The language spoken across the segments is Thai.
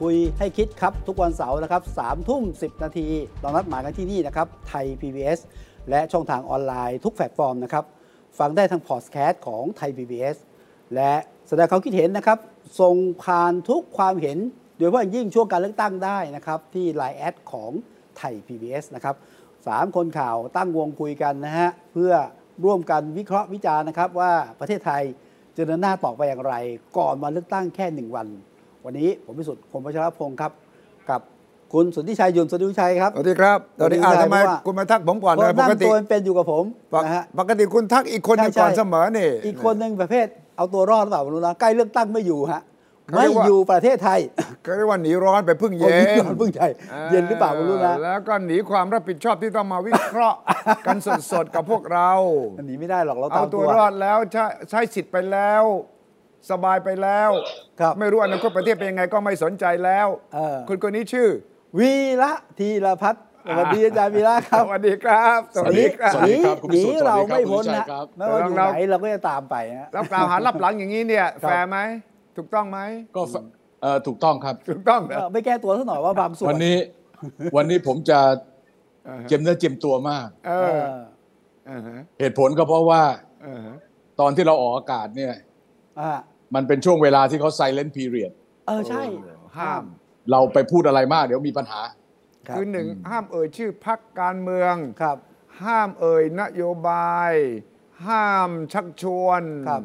คุยให้คิดครับ ทุกวันเสาร์นะครับสามทุ่มสินาที เรานัดหมายกันที่นี่นะครับ ไทย PBS และช่องทางออนไลน์ทุกแพลตฟอร์มนะครับ ฟังได้ทางพอดแคสต์ของไทย PBS และแสดงความคิดเห็นนะครับส่งผ่านทุกความเห็น โดยเฉพาะอย่างยิ่งช่วงการเลือกตั้งได้นะครับ ที่ Line แอดของไทย PBS นะครับสามคนข่าวตั้งวงคุยกันนะฮะเพื่อร่วมกันวิเคราะห์วิจารณ์นะครับว่าประเทศไทย จะเดินหน้าต่อไปอย่างไร ก่อนวันเลือกตั้งแค่หนึ่งวัน วันนี้ผมพิสุทธิ์คมวัชรพงศ์ครับ กับคุณสุทธิชัยยุนสุทธิชัยครับ สวัสดีครับ สวัสดีคอ่ารับ ทำไม เพราะว่า คุณมาทักผมก่อน เพ เลย ราะ ป นั่ง กติ ตัวเป็นๆอยู่กับผม ปก นะฮะ ปกติคุณทักอีกคนหนึง ใช่ ก่อน ใช่ เสมอนี่ อีกคนหนึ่งประเภทเอาตัวรอดหรือเปล่าไม่รู้นะใกล้เลือกตั้งไม่อยู่ฮะ เขา ไม่ เรียกว่า อยู่ประเทศไทย เขาเรียกว่าหนีร้อนไปพึ่ง ผม เย็ คิด น ว่าเพิ่งใจเย็นหรือเปล่าไม่รู้นะ แล้วก็หนีความรับผิดชอบที่ต้องมาวิเค ราะห์ กันสดๆกับพวกเรา มันหนีไม่ได้หรอกเรา เอา ตาม ตั ตัว ว รอดแล้วใช้ใช้สิทธิ์ไปแล้ว สบายไปแล้ว ครับ ไม่รู้อนาคตประเทศเป็นยังไงก็ไม่สนใจแล้ว เออ คุณคนนี้ชื่อ วีระธีรพัฒน์สวัสดีอาจารย์วีระครับ สวัสดีครับสวัสดีครับ สวัสดีครับคุณ ห พิ นี สุทธิ์ เราไม่ สวั พ้น สดี นะครับ ไม่ว่าอยู่ เรา ไหนเราก็จะตามไปฮะ แล้วกล่าวหารับหลังอย่างนี้เนี่ย แฟร์ไหมถูกต้องไหม ก็ฝเอ่อถูกต้องครับ ถูกต้องเหรอ เออไม่แก้ตัวซะหน่อยว่าบางส่วน วัน นี้ วันนี้ผมจะ อ่าฮะ เจียมเนื้อเจียมตัวมาก เอ เอ อ อ อ่าฮะ เหตุผลก็เพราะว่า อ่าฮะ ตอนที่เราออกอากาศเนี่ย อ่ะ มันเป็นช่วงเวลาที่เขาไซเลน t ์พีเรียด เออใช่ เออห้าม เราไปพูดอะไรมากเดี๋ยวมีปัญหา ครับ คือหนึ่งห้ามเอ่ยชื่อพักการเมือง ครับ ห้ามเอ่ยนโยบาย ห้ามชักชวน ครับ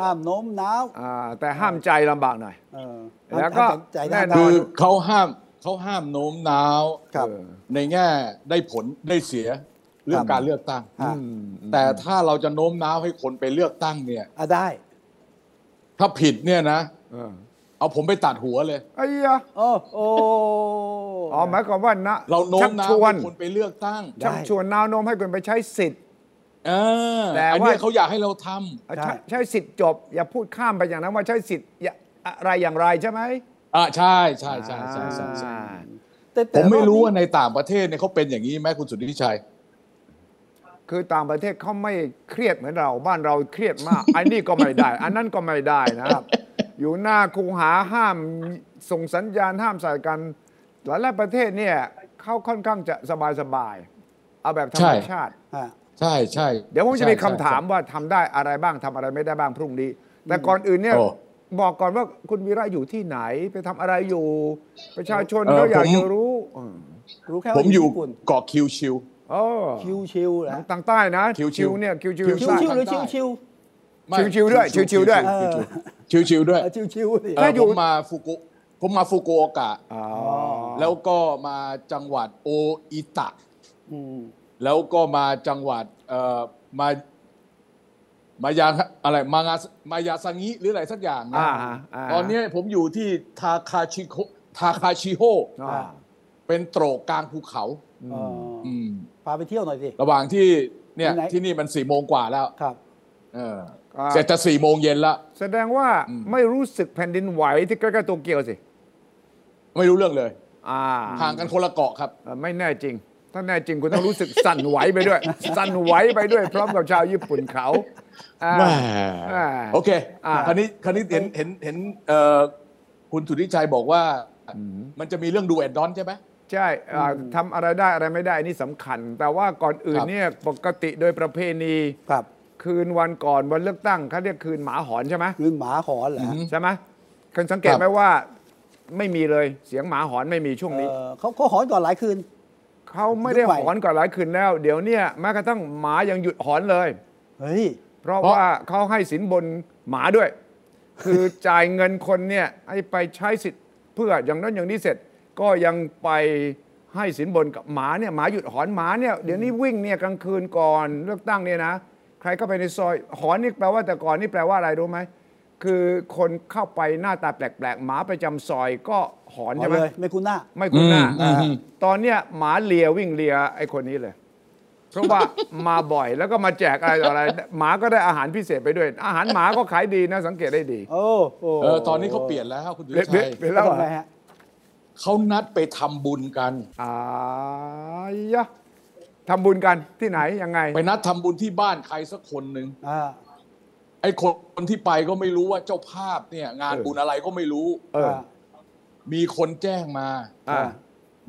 ห้ามโน้มน้าว อ่าแต่ห้ามใจลำบากหน่อย เออ แล้วก็ ห้ามใจ แน่ ทาง น การ คือเขาห้ามเขาห้ามโน้มน้าว ครับ เออ ในแง่ได้ผลได้เสียเรื่องการเลือกตั้ง ครับ อืม แต่ถ้าเราจะโน้มน้าวให้คนไปเลือกตั้งเนี่ย อ่ะได้ ถ้าผิดเนี่ยนะ เออ เอาผมไปตัดหัวเลย ไอ้ยะ โอ้โอ้ อ๋อหมายความว่านะ เราโน้ ชั มน้า ช ว วน ให้คนไปเลือกตั้ง ได้ ชักชวนน้าวโน้มให้คนไปใช้สิทธิ์ เออ แต่ อัน ว่า เนี้ยเขาอยากให้เราทำ อ่ะ ได้ ใช้ใช้สิทธิ์จบ อย่าพูดข้ามไปอย่างนั้นว่าใช้สิทธิ์อย่าอะไรอย่างไรใช่ไหม อ่าใช่ใช่ใช่ใช่ใช่อ่ใช่า แต่ ผ แต่ มไม่รู้ว่า อบนี้ ในต่างประเทศเนี่ยเขาเป็นอย่างนี้ไหมคุณสุทธิชัย คือต่างประเทศเขาไม่เครียดเหมือนเราบ้านเราเครียดมากไอ้นี่ก็ไม่ได้ อันนั้นก็ไม่ได้นะครับ อยู่หน้าคูหาห้ามส่งสัญญาณห้ามใส่กัน หลายๆประเทศเนี่ยเขาค่อนข้างจะสบายสบายๆเอาแบบธร ใช่ รมชาติ ฮะ ใช่ใช่ เดี๋ยวผมจะมีคำ ใช่ใช่ ถามว่าทำได้อะไรบ้างทำอะไรไม่ได้บ้างพรุ่งนี้ แต่ก่อนอื่นเนี่ย โอ้ บอกก่อนว่าคุณวีระอยู่ที่ไหนไปทำอะไรอยู่ ประชาชน เออ เขาอยาก ผม จะรู้อืม รู้แค่ ผ ว่าม อยู่ ญี่ปุ่น เกาะคิวชิว โอ้ คิวชิวนะ ทางใต้นะ คิวๆ เนี่ยคิวชิว คิวชิวหรือ ใต้ ชิวชิว ไม่ ชิวๆด้วยชิวๆด้วย ชิวๆชิวๆด้วย เออชิวชิวสิ เออผมมาฟุกุผมมาฟุกุโอกะ อ๋อ แล้วก็มาจังหวัดโออิตะ ม แล้วก็มาจังหวัดเอ่อมามายาอะไรมางามายาซังิหรืออะไรสักอย่างนะ อ่าฮะา ตอนเนี้ยผมอยู่ที่ทาคาชิโกทาคาชิโฮ อ่า เป็นโตรกกลางภูเขา เออ อืม พาไปเที่ยวหน่อยสิ ระหว่างที่เนี่ย ที่ไหน ที่นี่มันสี่โมงกว่าแล้ว ครับ เออ ครับ เสร็จจะสี่โมงเย็นละ แสดงว่าไม่รู้สึกแผ่นดินไหวที่ใกล้ๆโตเกียวสิ ไม่รู้เรื่องเลย อ่า ห่างกันคนละเกาะครับ เอ่อไม่แน่จริง ถ้าแน่จริงคุณต้องรู้สึกสั่นไหวไปด้วย สั่นไหวไปด้วย พร้อมกับชาวญี่ปุ่นเขาอ่า แหม อ่า โอเค อ่า คราวนี้คราวนี้เห็นเห็นเห็นเอ่อคุณสุทธิชัยบอกว่า มันจะมีเรื่องดูแอนดอนใช่ไหม ใช่อ่าทำอะไรได้อะไรไม่ได้อันนี่สำคัญ แต่ว่าก่อนอื่น ครับ เนี่ยปกติโดยประเพณี ครับ คืนวันก่อนวันเลือกตั้งเขาเรียกคืนหมาหอนใช่ไหม คืนหมาหอนเหรอฮะ ใช่ไหมคุณสังเกตไหมว่า ไม่มีเลยเสียงหมาหอนไม่มีช่วงนี้ เออเขาเขาหอนก่อนหลายคืน เขาไม่ได้ ยุคใหม่ หอนก่อนหลายคืนแล้ว เดี๋ยวเนี่ยแม้กระทั่งหมายังหยุดหอนเลย เฮ้ย เพราะ เพราะ ว่าเขาให้สินบนหมาด้วย คือจ่ายเงินคนเนี่ยให้ไปใช้สิทธิ์เพื่ออย่างนั้นอย่างนี้เสร็จ ก็ยังไปให้สินบนกับหมาเนี่ยหมาหยุดหอนหมาเนี่ยเดี๋ยวนี้วิ่งเนี่ยกลางคืนก่อนเลือกตั้งเนี่ยนะ ใครก็ไปในซอยหอนนี่แปลว่าแต่ก่อนนี่แปลว่าอะไรรู้ไหม คือคนเข้าไปหน้าตาแปลกๆ หมาประจำซอยก็หอน ขอ ใช่ไหม เลยไม่คุ้นหน้า ไม่คุ้นหน้า อืมอืม อ่าตอนเนี้ยหมาเลียวิ่งเลียไอ้คนนี้เลย เพราะว่า มาบ่อยแล้วก็มาแจกอะไรต่ออะไร หมาก็ได้อาหารพิเศษไปด้วย อาหารหมาก็ขายดีนะสังเกตได้ดี โอ้โห เออตอนนี้เขาเปลี่ยนแล้วครับคุณวิ เละ ชั เละ ย เละ แล้ แล้ว ว ทำไงฮะ เขานัดไปทำบุญกัน อายะทำบุญกันที่ไหนยังไง ไปนัดทำบุญที่บ้านใครสักคนหนึ่ง อ่า ไอ้คนที่ไปก็ไม่รู้ว่าเจ้าภาพเนี่ย งาน เออ บุญอะไรก็ไม่รู้ เออ มีคนแจ้งมา อ่า อ่า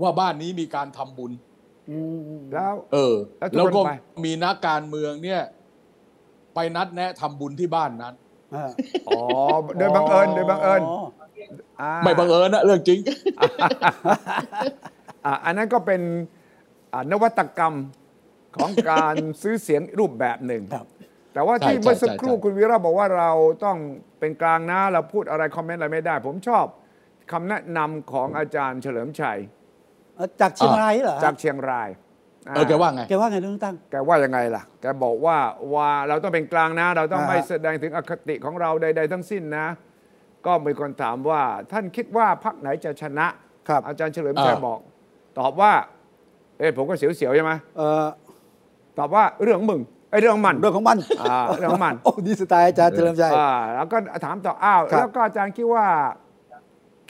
ว่าบ้านนี้มีการทำบุญ อืมอืม แล้ว เออ แล้วทุกคน แล้วก็ ไป มีนักการเมืองเนี่ย ไปนัดแนะทำบุญที่บ้านนั้น อ่า อ๋อโดยบังเอิญโดยบังเอิญอ่า ไม่บังเอิญนะเรื่องจริง อ่ะอันนั้นก็เป็นอ่ะนวัตกรรมของการ ซื้อเสียงรูปแบบหนึ่ง ครับ แต่ว่า ใช่ ที่เมื่อ ใช่ สักครู่ ใช่ คุณวิระบอกว่าเราต้องเป็นกลางนะเราพูดอะไรคอมเมนต์อะไรไม่ได้ ผมชอบคำแนะนำของอาจารย์เฉลิมชัย เอ่อจากเชียงรายเหรอ จากเชียงราย เออแกว่าไง แกว่าไงเรื่องเลือกตั้ง แกว่ายังไงล่ะ แกบอกว่าว่าเราต้องเป็นกลางนะ เราต้อง อ่าฮะ ไม่แสดงถึงอคติของเราใด ๆ ทั้งสิ้นนะ ก็มีคนถามว่าท่านคิดว่าพรรคไหนจะชนะ ครับ อาจารย์เฉลิมชัย อ่า บอก ตอบว่า เอ้ยผมก็เสียวๆใช่ไหม เออ ตอบว่าเรื่องของมึงไอ้ยเรื่องมัน เรื่องของมัน อ่าเรื่องของมัน โอ้นี่สไตล์อาจารย์เฉลิมชัย อ่าแล้วก็ถามต่ออ้าว ครับ แล้วก็อาจารย์คิดว่า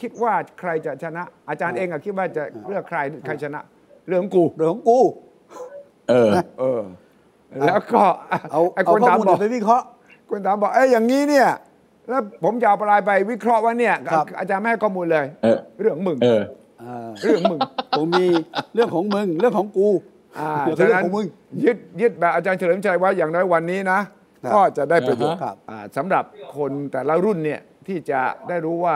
คิดว่าใครจะชนะ อาจารย์ อ่า เองอะคิดว่าจะเลือกใครใครชนะ เรื่องของกู เรื่องของกู เออ เออ แล้วก็อ่ะ เอา ไอ้ เอา คน ข้อ ถาม มูล บอก ไปวิเคราะห์ คนถามบอกเอ้ยอย่างนี้เนี่ย แล้วผมจะเอาปลายไปวิเคราะห์ว่าเนี่ย ครับ อาจารย์ไม่ให้ข้อมูลเลย เออ เรื่องของมึง เออ อ่า เรื่องของมึง ผม มีเรื่องของมึงเรื่องของกู อ่า แล้วก็ ฉะ เรื่อ นั้น งของมึง ยึดยึดแบบอาจารย์เฉลิมชัยไว่าอย่างน้อยวันนี้นะ ครับ ก็จะได้ประโยชน์ อ่าฮะครับ อ่าสำหรับคนแต่ละรุ่นเนี่ยที่จะได้รู้ว่า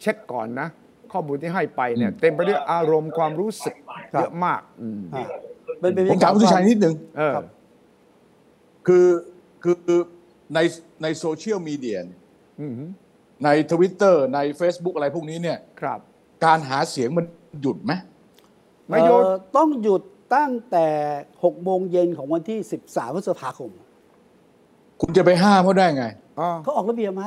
เช็คก่อนนะ ข้อมูลที่ให้ไปเนี่ย เต็มไปด้วยอารมณ์ความรู้สึกเยอะมากอืม อ่าเป็นเป็น ผมถามคุณสุชัยนิดนึง เออ คือคือคือในในโซเชียลมีเดียเนี่ย อืม ในทวิตเตอร์ใน Facebook อะไรพวกนี้เนี่ย ครับ การหาเสียงมันหยุดไหม ไม่โยน เอ่อต้องหยุดตั้งแต่6โมงเย็นของวันที่ 13พฤษภาคม คุณจะไปห้ามเขาได้ไง เขาออกระเบียบมา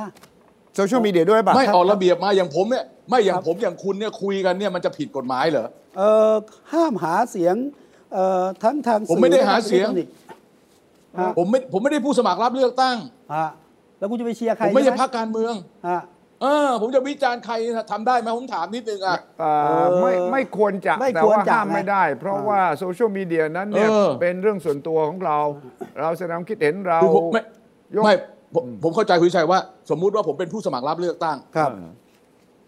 โซเชียลมีเดียด้วยป่ะ ไม่ ครับ ออกระเบียบมาอย่างผมเนี่ยไม่อย่า ครังบ ผมอย่างคุณเนี่ยคุยกันเนี่ยมันจะผิดกฎหมายเหรอ เอ่อห้ามหาเสียงเอ่อทั้งทาง ผมไม่ได้ และ หาเสียง อิล็กทรอนิกส์ฮะ ผมไม่ผมไม่ได้ผู้สมัครรับเลือกตั้ง ฮะแล้วคุณจะไปเชียร์ใคร ผมไม่ใช่ ใช่ห พักการเมือง ฮะ เออ ผมจะวิจารณ์ใครทำได้ไหมผมถามนิดนึงอ่ะ เอ่อไม่ เออ ไม่ควรจะ ไม่ แต่ ควร ว่า จะ ห้าม นะ ไม่ได้ เพราะ อ่า ว่าโซเชียลมีเดียนั้นเนี่ย เออ เป็นเรื่องส่วนตัวของเรา เราแสดงความคิดเห็นเรา คือผมไม่ ยก ไม่ผมผมเข้าใจคุณชัยว่า สมมุติว่าผมเป็นผู้สมัครรับเลือกตั้ง ครับ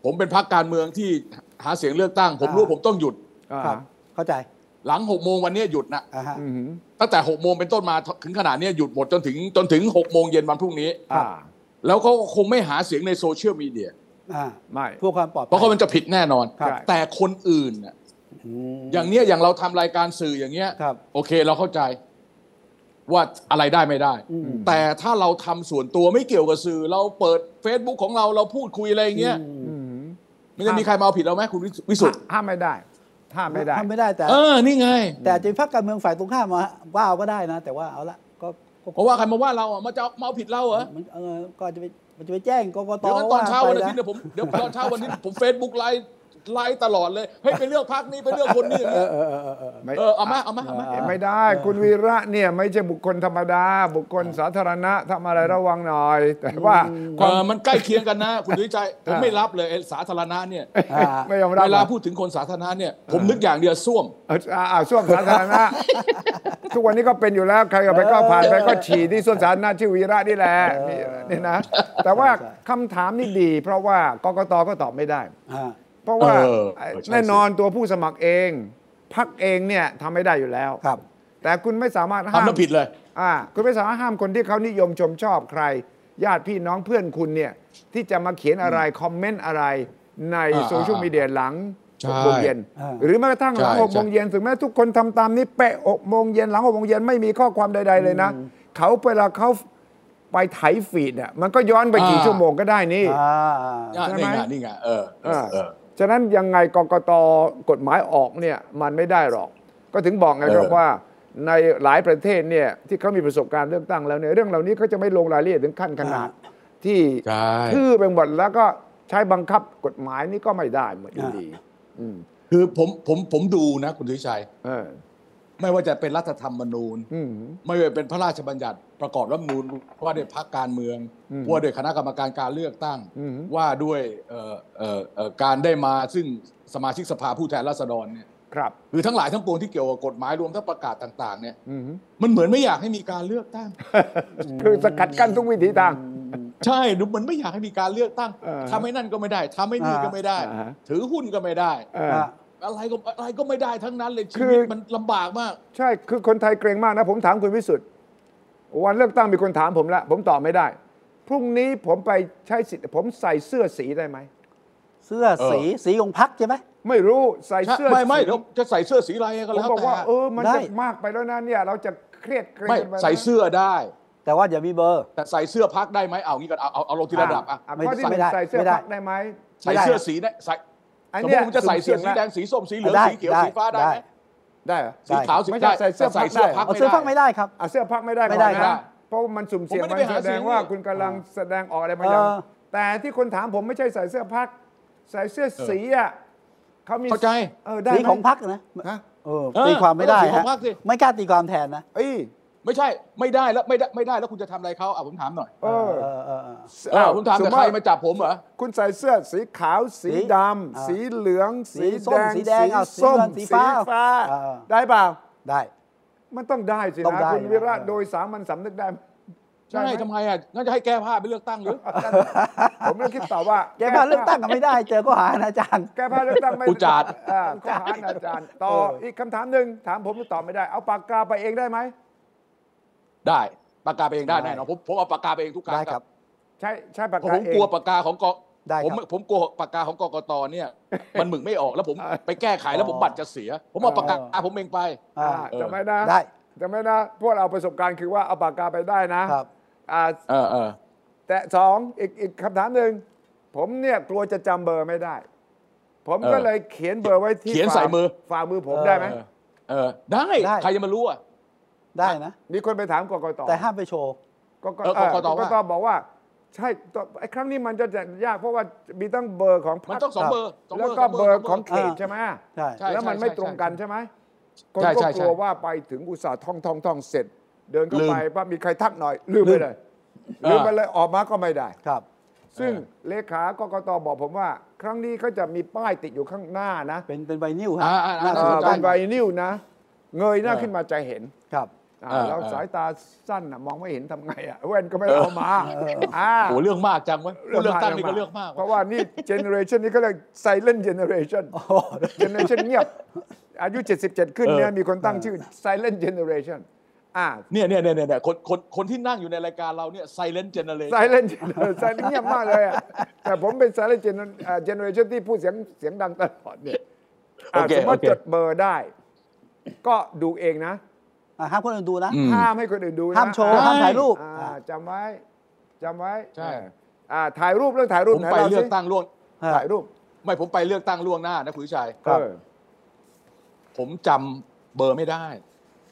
ผมเป็นพักการเมืองที่หาเสียงเลือกตั้ง ผม อ่า รู้ผมต้องหยุด อ่า ครับ เข้าใจ หลังหกโมงวันเนี้ยหยุดนะ อ่าฮะ อืม ตั้งแต่หกโมงเป็นต้นมาถึงขนาดเนี้ยหยุดหมดจนถึงจนถึงหกโมงเย็นวันพรุ่งนี้ อ่า แล้วเขาก็คงไม่หาเสียงในโซเชียลมีเดีย อ่า ไม่ เพื่อความปลอดภัย เพราะเขามันจะผิดแน่นอน ครับ แต่คนอื่นน่ะ อืม อย่างเนี้ยอย่างเราทำรายการสื่ออย่างเงี้ย ครับ โอเคเราเข้าใจว่าอะไรได้ไม่ได้ อืม แต่ถ้าเราทำส่วนตัวไม่เกี่ยวกับสื่อ เราเปิด Facebook ของเราเราพูดคุยอะไรอย่างเงี้ย อืม อืม มันจะมีใครมาเอาผิดเราไหมคุณวิสุวิสุทธ์ ห้ามไม่ได้ห้ามไม่ได้ ทำไม่ได้แต่ เออนี่ไง แต่อาจจะมีพรรคการเมืองฝ่ายตรงข้ามมาว่าเอาก็ได้นะ แต่ว่าเอาละก็ก็ เพราะว่าใครมาว่าเราอ่ะมาจะเอามาเอาผิดเราเหรอ มันเออก็จะไปมันจะไปแจ้งกกต เดี๋ยวตอนเช้าวันอาทิตย์ ไปะ เนี่ยผมเดี๋ยวตอนเช้าวันนี้ผมเฟซบุ๊กไลฟ์ไลฟ์ตลอดเลยเฮ้ยไปเลือกพักนี้ไปเลือกคนนี้อย่าง เอ เงี้ อย เออเออเออเออ ไม่ เออเอามาเอามาเอามา เออ ไม่ได้ คุณวีระเนี่ยไม่ใช่บุคคลธรรมดา บุคคลสาธารณะทำอะไรระวังหน่อย แต่ว่าค เอ วาม อมันใกล้เคียงกันนะ คุณดุวิจัยผม อ่า ไม่รับเลยไอ้สาธารณะเนี่ย อ่า ไม่ยอมรับ เวลาพูดถึงคนสาธารณะเนี่ยผมนึกอย่างเดียวส้วม เอออ่าอ่าส้วมสาธารณะ ทุกวันนี้ก็เป็นอยู่แล้ว ใครก็ไปก็ผ่านไปก็ฉี่ที่ส้วมสาธารณะชื่อวีระนี่แหละ เออ นี่นี่นะ แต่ว่าคำถามนี่ดี เพราะว่ากกตก็ตอบไม่ได้ อ่า เพราะว่า เออเออใช่ แน่นอนตัวผู้สมัครเองพักเองเนี่ยทำไม่ได้อยู่แล้ว ครับ แต่คุณไม่สามารถห้ามทำแล้วผิดเลย อ่าคุณไม่สามารถห้ามคนที่เขานิยมชมชอบใคร ญาติพี่น้องเพื่อนคุณเนี่ย ที่จะมาเขียนอะไร คอมเมนต์อะไรใน อ่า โซเชียลมีเดียหลัง ใช่ หกโมงเย็น า หรือแม้กระทั่งหลัง ใช่ หกโมง ใช่ เย็นถึงแม้ทุกคนทำตามนี้เป๊ะหกโมงเย็นหลังหกโมงเย็นไม่มีข้อความใด ๆ เลยนะ เขาเวลาเขาไปไถฟีดเนี่ยมันก็ย้อนไปกี่ชั่วโมงก็ได้นี่ อ่า อ่ะ ใช่ นี่ ไหม ไงนี่ไงเออเอ อ่า อเออ ฉะนั้นยังไงกกตกฎหมายออกเนี่ยมันไม่ได้หรอก ก็ถึงบอกไงครับ เออ ว่าในหลายประเทศเนี่ยที่เขามีประสบการณ์เลือกตั้งแล้วเนี่ยเรื่องเหล่านี้เขาจะไม่ลงรายละเอียดถึงขั้นขนาด ที่ ใช่ ทื่อไปหมดแล้วก็ใช้บังคับกฎหมายนี่ก็ไม่ได้เหมือนอยู่ดีอืม คือผมผมผมดูนะคุณทวิชัย เออ ไม่ว่าจะเป็นรัฐธรรมนูญ อืม ไม่ว่าเป็นพระราชบัญญัติประกอบรัฐธรรมนูญว่าด้วยพักการเมือง อืม ว่าด้วยคณะกรรมการการเลือกตั้ง อืม ว่าด้วยเอ่อเอ่อเอ่อการได้มาซึ่งสมาชิกสภาผู้แทนราษฎรเนี่ย ครับ คือทั้งหลายทั้งปวงที่เกี่ยวกับกฎหมายรวมทั้งประกาศต่างๆเนี่ย อืม มันเหมือนไม่อยากให้มีการเลือก ตั้ง คือสกัดกั้นทุกวิธีทาง ใช่ดูเหมือนไม่อยากให้มีการเลือกตั้ง เออ ทำให้นั่นก็ไม่ได้ทำให้นี่ก็ไม่ได้ อ่าฮะ ถือหุ้นก็ไม่ได้ เออ อ่ะ อะไรก็อะไรก็ไม่ได้ทั้งนั้นเลยชี คื วิต อ มันลำบากมาก ใช่ คือคนไทยเกรงมากนะ ผมถามคุณวิสุทธ์วันเลือกตั้งมีคนถามผมแล้ว ผมตอบไม่ได้ พรุ่งนี้ผมไปใช้สิทธิ์ผมใส่เสื้อสีได้ไหม เสื้อสีสีของพักใช่ไหม ไม่รู้ใส่เสื้อ ไม่ไม่ สี เดี๋ยวจะใส่เสื้อสีอะไรก็ ผม แล้ว บอก แต่ ว่า เออ มัน ได้ จะมากไปแล้วนะเนี่ย เราจะเครียดเกรง ไม่ กันปนะ ใส่เสื้อได้ แต่ว่าอย่ามีเบอร์ แต่ใส่เสื้อพักได้ไหมเอางี้ก็เอาเอาเอาลงทีละระดับอ่ะ อ่ะ ไม่ ข้อที่ห ไม่ นึ่ง ได้ ใส่เสื้อ ไม่ได้ พักได้ไหม ใส่เสื้อสีได้ใส่ ไอ้ สมม เนี่ ติ ย ผมจะใส่เสื้อสีแดงสีส้มสีเหลืองสีเขียวสีฟ้าได้ไหม ได้เหรอ สีขาวสี ไม่ใช่ ได้ ใส่เสื้อ แต่ใส่ พักได้เสื้อพัก เอา ไม่ เสื้อพัก ได้ ไม่ได้ครับ อ่ะเสื้อพักไม่ได้ ไม่ได้ ก่อน ครั นะ บ เพราะว่ามันสุ่มเสี่ยง ผมไม่ มัน ได้ไปหา แสดง เสียง ว่า นี่ คุณกำลังแสดงออกอะไรบางอย่าง เออ แต่ที่คนถามผมไม่ใช่ใส่เสื้อพัก ใส่เสื้อสีอ่ะเขามี เข้าใจ เออได้ไหม สีของพักนะ ฮะ เออ เออ ตีความไม่ได้ เออสีขอ ฮะ งพรรคสิ ไม่กล้าตีความแทนนะ เอ้ย ไม่ใช่ไม่ได้แล้วไม่ได้ไม่ได้แล้วคุณจะทำอะไรเขาอ่ะผมถามหน่อย เออ เออเออเออ เอ้า อ้าวผมถามแต่ใครมาจับผมเหรอ คุณใส่เสื้อสีขาว สี สี ดำ อ่า สีเหลือง สี สี ส้ แด ม ง สีแดงเอาสี ส้ม เงินสี สี ฟ้า ฟ้า เออ ได้เปล่า ได้ มันต้องได้สิ ต้อง นะ ได้ คุณวิระ นะ โดยสามัญสำนึกได้ไหม ใช่ ได้ไหม ทำไมอ่ะงั้นจะให้แก้ผ้าไปเลือกตั้งหรือ ผมเลยคิดตอบว่า แกมาเลือกตั้งก็ไม่ได้ เจอก็หาอาจารย์ แก้ผ้าเลือกตั้งไม่ อุจจาระ อ่าข้อหาอาจารย์ต่อ เอออี อีกคำถามหนึ่งถามผมก็ตอบไม่ได้ เอาปากกาไปเองได้ไหม ได้ปากกาไปเองได้ ได้ แน่นอนผมผมเอาปากกาไปเองทุกครั้ง ได้ครับ ใช่ใช่ปาก เพราะ กา ผม เอง กลัวปากกาของกอ ได้ครับ ผมผมกลัวปากกาของกกตเนี่ย มันหมึกไม่ออกแล้วผมไปแก้ไขแล้วผมบัตรจะเสีย ผมเอาปากกาผมเองไป อ่า อ่าจำไว้นะ ได้ จำไว้นะ พวกเราประสบการณ์คือว่าเอาปากกาไปได้นะครับ อ่า เออเออ แต่สองอีกอีกคำถามหนึ่งผมเนี่ยกลัวจะจำเบอร์ไม่ได้ ผมก็ เออ เลยเขียนเบอร์ไว้ที่ เขียนใส่มือ ฝ่าฝ่ามือผม เออ ได้ไหม เออเออได้ ได้ ใครจะมารู้อ่ะ ได้นะ มีคนไปถามกกต แต่ห้ามไปโชว์ กก เออก เอ่อก ก ต ต ว่า บอกว่า ใช่ตไอ้ครั้งนี้มันจะยากเพราะว่ามีตั้งเบอร์ของพร มัน รค ต้องสองเบอร์สง แล้วก็เบอร์ของเขต อ่า ใช่ไหม ใช่ ใช่ แล้วมัน ใช่ ไม่ ใช่ ตรงกันใช่ไหมคน ใช่ ก็ ใช่ ก ใช่ ลัวว่าไปถึงอุตสาห์ท่องท่องท่องเสร็จ เดินเข้า ลืม ไปปั๊บมีใครทักหน่อย ลืมไปเลย อ่า ลืมไปเลยออกมาก็ไม่ได้ ครับ ซึ่งเลขากกตบอกผมว่า ครั้งนี้เขาจะมีป้ายติดอยู่ข้างหน้านะ เป็นเป็นใบนิ้วฮะ อ่าอ่า หน้าสอ่าเอ่ น อ ใจ เป็นไวนิวนะ เงยหน้า เออ ขึ้นมาจะเห็น ครับ อ่า เออ แล้ว เออ สายตาสั้นน่ะมองไม่เห็นทำไงอ่ะแว่นก็ไม่ได้เอามาอ่า โอ้เรื่องมากจังวะเรื่องตั้งนี่ก็เรื่องมาก เพราะ วะ ว่านี่เจเนอเรชันนี้เขาเรียกไซเลนเจเนอเรชันเจเนอเรชันเงียบ อายุ 77 ขึ้นเนี่ยมีคนตั้งชื่อไซเลนเจเนอเรชันอ่า เนี่ยเนี่ยเนี่ยเนี่ยคนคนคนที่นั่งอยู่ในรายการเราเนี่ย silent generation ไซเลน ไซเลนเงียบมากเลยอะแต่ผมเป็นไซเลนเจเนอเรชันที่พูดเสียงเสียงดังตลอดเนี่ยอ่ะ โอเค สมมติ โอเค จดเบอร์ได้ ก็ดูเองนะ อ่ะห้ามคนอื่นดูนะ อืม ห้ามให้คนอื่นดูนะ ห้ามโชว์ ได้ ห้ามถ่ายรูป อ่าจำไว้จำไว้ ใช่ อ่าถ่ายรูปเรื่องถ่ายรูป ผม หน ไป ล่าสิ เลือกตั้งล่วง ฮะ ถ่ายรูป ไม่ผมไปเลือกตั้งล่วงหน้านะคุณวิชัย ครับ เออ ผมจำเบอร์ไม่ได้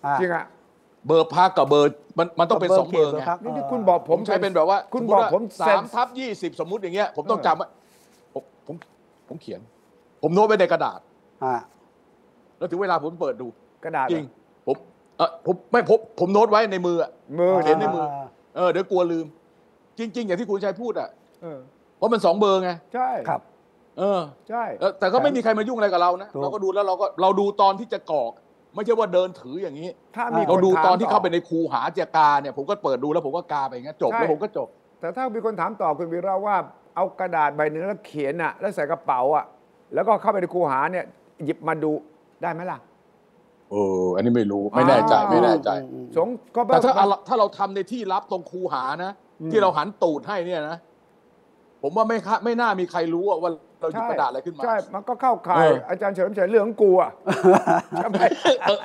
อ่ะ จริงอ่ะ เบอร์พักกับเบอร์มันมันต้องเป็นสองเบอร์ ขต ไง พค นี่ที่คุณบอกผ ผม มใช้เป็นแบบว่า คุณ สติ บอก ว่า ผม สา เซ็น มทับยี่สิบสมมติอย่างเงี้ย ผมต้อง เออ จำว่าผมผมผมเขียน ผมโน้ตไว้ในกระดาษ อ่ะ แล้วถึงเวลาผมเปิดดู กระดาษ จริง ผมเออผมไม่ผมผมโน้ตไว้ในมืออะ มือ เขี เห็นยน ใน ใน มื มื อ อ เออเดี๋ยวกลัวลืม จริง ๆ อย่างที่คุณชัยพูดอ่ะ เออ เพราะมันสองเบอร์ไง ใช่ ครับ เออ ใช่ แล้วแต่ก็ไม่มีใครมายุ่งอะไรกับเรานะ ถูก เราก็ดูแล้วเราก็เราดูตอนที่จะกรอก ไม่ใช่ว่าเดินถืออย่างนี้ ถ้ามี เราดู ค ตอนที่เข้าไป ม ในคูหาเจรกาเนี่ยผมก็เปิดดูแล้วผมก็กาไปอย่างเงี้ยจบ ใช่ แล้วผมก็จบ แต่ถ้ามีคนถามต่อคุณวีระว่าเอากระดาษใบหนึ่งแล้วเขียนอ่ะแล้วใส่กระเป๋าอ่ะแล้วก็เข้าไปในครูหาเนี่ยหยิบมาดูได้ไหมล่ะ เออ อันนี้ไม่รู้ไม่แน่ใจ อ้าว ไม่แน่ใจ อืม สงก็แบ แต่ บ ถ้าเราถ้าเราทำในที่ลับตรงคูหานะ ที่เราหันตูดให้เนี่ยนะ ผมว่าไม่ค่าไม่น่ามีใครรู้อะว่าเราหยิบกระดาษอะไรขึ้นมา ใช่ มันก็เข้าข่าย เอออ อาจารย์เฉลิมชัยเรื่องของกู อ่ะใช่ไหม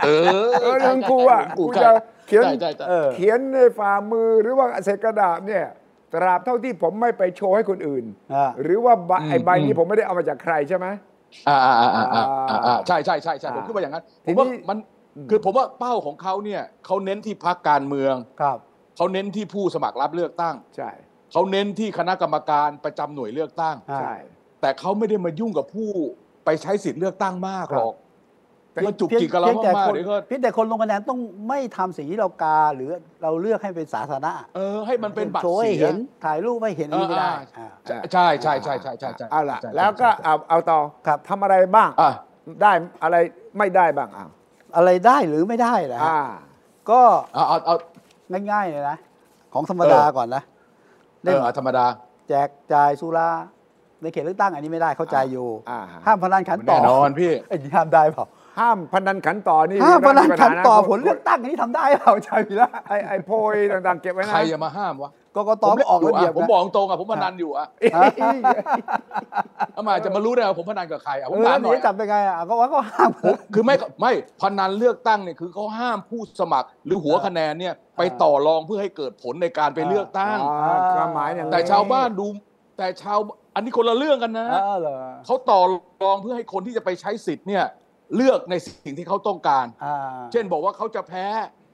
เออเออ เออเรื่องกูอ่ะกู ใช่ จะเขียน ใช่ใช่ใช่ เออ เขียนในฝ่ามือหรือว่าใส่กระดาษเนี่ย ตราบเท่าที่ผมไม่ไปโชว์ให้คนอื่น อ่า หรือว่าใบไอ้ใบนี้ อืม ผมไม่ได้เอามาจากใครใช่ไหม อ่าอ่าอ่าอ่าอ่าอ่า อ่า อ่าใช่ใช่ใช่ใช่ อ่า ผมคิดว่าอย่างนั้นผ ที ม นี้ ว่ามันคือผมว่าเป้าของเขาเนี่ยเขาเน้นที่พักการเมือง ครับ เขาเน้นที่ผู้สมัครรับเลือกตั้ง ใช่ เขาเน้นที่คณะกรรมการประจำหน่วยเลือกตั้ง อ่า ใช่ แต่เขาไม่ได้มายุ่งกับผู้ไปใช้สิทธิ์เลือกตั้งมากหรอก ครับ มันจุกจิกกับเรา พียงแต่ มาก ค ๆ น เดี๋ยวก็ เพียงแต่คนลงคะแนนต้องไม่ทำสิ่งที่เรากาหรือเราเลือกให้เป็นสาธารณะ เออให้มันเป็นบัตร โชว์ให้ เสีย เห็นถ่ายรูปไม่เห็นอันนี้ไม่ได้ เอออ่า อ่า ใช่ ใช่ใช่ใช่ใช่ใช่ใช่ เอาล่ะ ใช่ แล้วก็ ใช่ใช่ เอาเอาต่อ ครับ ทำอะไรบ้าง อ่ะ ได้อะไรไม่ได้บ้างอ่ะ อะไรได้หรือไม่ได้นะฮะ อ่า ก็ เอาเอาเอา ง่ายๆเลยนะ ของธรรมดาก่อนนะ เอ เล่น อเอาธรรมดา แจกจ่ายสุราในเขตเลือกตั้งอันนี้ไม่ได้เข้าใจอยู่ อ่า ห้ามพนันขันต่ แน่นอนพี่ ไอ้นี่ห้ามได้เปล่า ห้ามพนันขันต่อนี่ ห้ามพนันขันต่อ มีปัญหะ ผลเลือกตั้งอันนี้ทำได้เปล่าใช่ ไหมล่ะ ไอ้ไอ้โพยต่างๆ เก็บไว้นะ ใครจะมาห้ามวะ กกตก็ออกระเบียบ ผม นะ บอกตรงอ่ะผมพนันอยู่อ่ะ ฮะ ทำไมจะมารู้ได้ว่าผมพนันกับใครอ่ะผ เอ ม อ ถา แล้วมห ห น่ นี อย จับไปไงอ่ะก็ว่าก็ห้าม ผมคือไม่ไม่พนันเลือกตั้งเนี่ยคือเขาห้ามผู้สมัคร หรือหัวคะแนนเนี่ยไปต่อรองเพื่อให้เกิดผลในการไปเลือกตั้ง อ๋อความหมายอย่าง แต่ชาวบ้านดูแต่ชาวอันนี้คนละเรื่องกันนะ เออเหรอ เขาต่อรองเพื่อให้คนที่จะไปใช้สิทธิ์เนี่ยเลือกในสิ่งที่เขาต้องการ อ่า เช่นบอกว่าเขาจะแพ้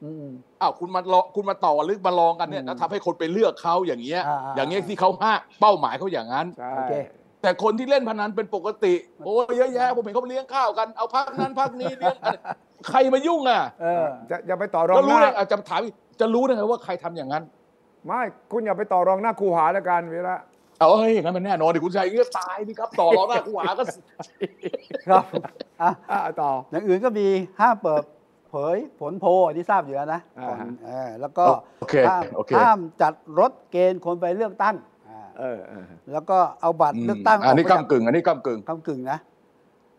อืม อ้าวคุณมาลองคุณมาต่อหรือมาลองกันเนี่ย อืม แล้วทำให้คนไปเลือกเขาอย่างเงี้ย อ่าๆ อย่างเงี้ยที่เขาห้าเป้าหมายเขาอย่างนั้น ใช่ โอเค แต่คนที่เล่นพนันเป็นปกติโอ้ยเยอะแยะผมเห็นเขาเลี้ยงข้าวกันเอาพักนั้นพักนี้เลี้ยงอะไรใครมายุ่งอ่ะ เออ จะอย่าไปต่อรอง ก็รู้ ห ได้ น้า อาจจะถามอีกจะรู้ได้ไงว่าใครทำอย่างนั้น ไม่คุณอย่าไปต่อรองหน้าครูหาแล้วกันวีระ เอาเฮ้ยอย่างนั้นมันแน่นอนดิคุณชัยอย่างนี้ก็ตายดิครับต่อรองหน้ากูหาก็ ครับอ่ะ อ่าต่อ อย่างอื่นก็มีห้ามเปิดเผยผลโพลอันนี้ทราบอยู่แล้วนะ อ่าก่ฮะอนเออแล้วก็ โอเค ห้าม โอเค ห้ามจัดรถเกณฑ์คนไปเลือกตั้งอ่า เออเออ แล้วก็เอาบัตรเลือกตั้ง อันนี้ กจาก กำกึ่งอันนี้กำกึ่ง กำกึ่งนะ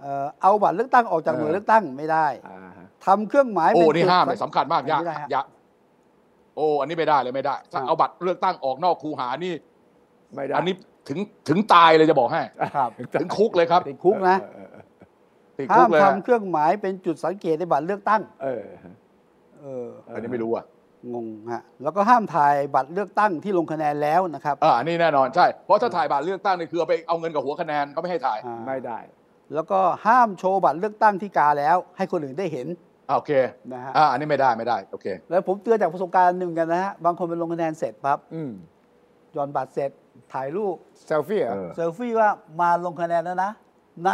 เอ่อเอาบัตรเลือกตั้งออกจากหน่วยเลือกตั้งไม่ได้ อ่าฮะ ทำเครื่องหมาย โอ้ เป็ นี่ จุด ห้ามเลยสำคัญมากยาก ไม่ได้ฮะ ยากโอ้ อันนี้ไม่ได้เลยไม่ได้ ถ้า ครับ เอาบัตรเลือกตั้งออกนอกคูหานี่ ไม่ได้ อันนี้ถึงถึงตายเลยจะบอกให้ ครับ ถึงคุกเลยครับ ติดคุกนะ เออเออ ติดคุ ห้าก ม เลย ทำเครื่องหมายเป็นจุดสังเกตในบัตรเลือกตั้ง เออเออ เออ อันนี้ไม่รู้อ่ะ งงฮะแล้วก็ห้ามถ่ายบัตรเลือกตั้งที่ลงคะแนนแล้วนะครับ อ่าอันนี้แน่นอนใช่ เพราะถ้าถ่ายบัตรเลือกตั้งนี่คือเอาไปเอาเงินกับหัวคะแนนเขาไม่ให้ถ่าย อ่า ไม่ได้ แล้วก็ห้ามโชว์บัตรเลือกตั้งที่กาแล้ว ให้คนอื่นได้เห็น อ่าโอเค นะฮะ อ่า อันนี้ไม่ได้ไม่ได้ โอเค แล้วผมเตือนจากประสบการณ์หนึ่งกันนะฮะบางคนไปลงคะแนนเสร็จปั๊บ อืม หย่อนบัตรเสร็จถ่ายรูป เซลฟี่เหรอ เออ เซลฟี่ว่ามาลงคะแนนแล้วนะใน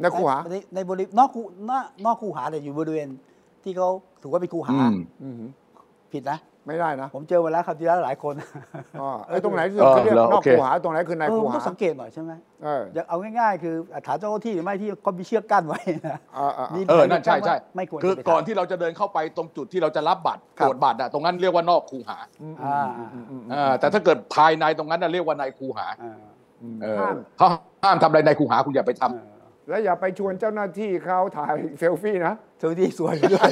ในคูหา ในในบริเวณนอกคูนอกนอกคูหาแต่อยู่บริเวณที่เขาถือว่าเป็นคูหา อืม อืม ผิดนะ ไม่ได้นะ ผมเจอมาแล้วคราวที่แล้วหลายคน อ๋อไอ้ตรงไหนคือ เออ เขาเรียก เหรอน โอ อก เค ครูหาตรงไหนคือใน เอ ค อ รู มัน หา ต้องสังเกตหน่อยใช่ไหม เออ อยากเอาง่ายๆ คือฐานเจ้าหน้าที่หรือไม่ที่เขามีเชือกกั้นไว้นะ เออเออเออ นี่ เออนั่นใช่ใช่ ไม่ควรจะ คือ ไปทำ ก่อนที่เราจะเดินเข้าไปตรงจุดที่เราจะรับบัตร ครับตรวจบัตรอะตรงนั้นเรียกว่านอกคูหา อ่า อ่าแต่ถ้าเกิดภายในตรงนั้นน่ะเรียกว่าในคูหา อ่า เออ ห้าม เขาห้ามทำอะไรในคูหาคุณอย่าไปทำ แล้วอย่าไปชวนเจ้าหน้าที่เขาถ่าย เซลฟี่นะ เจ้าหน้าที่สวยด้วย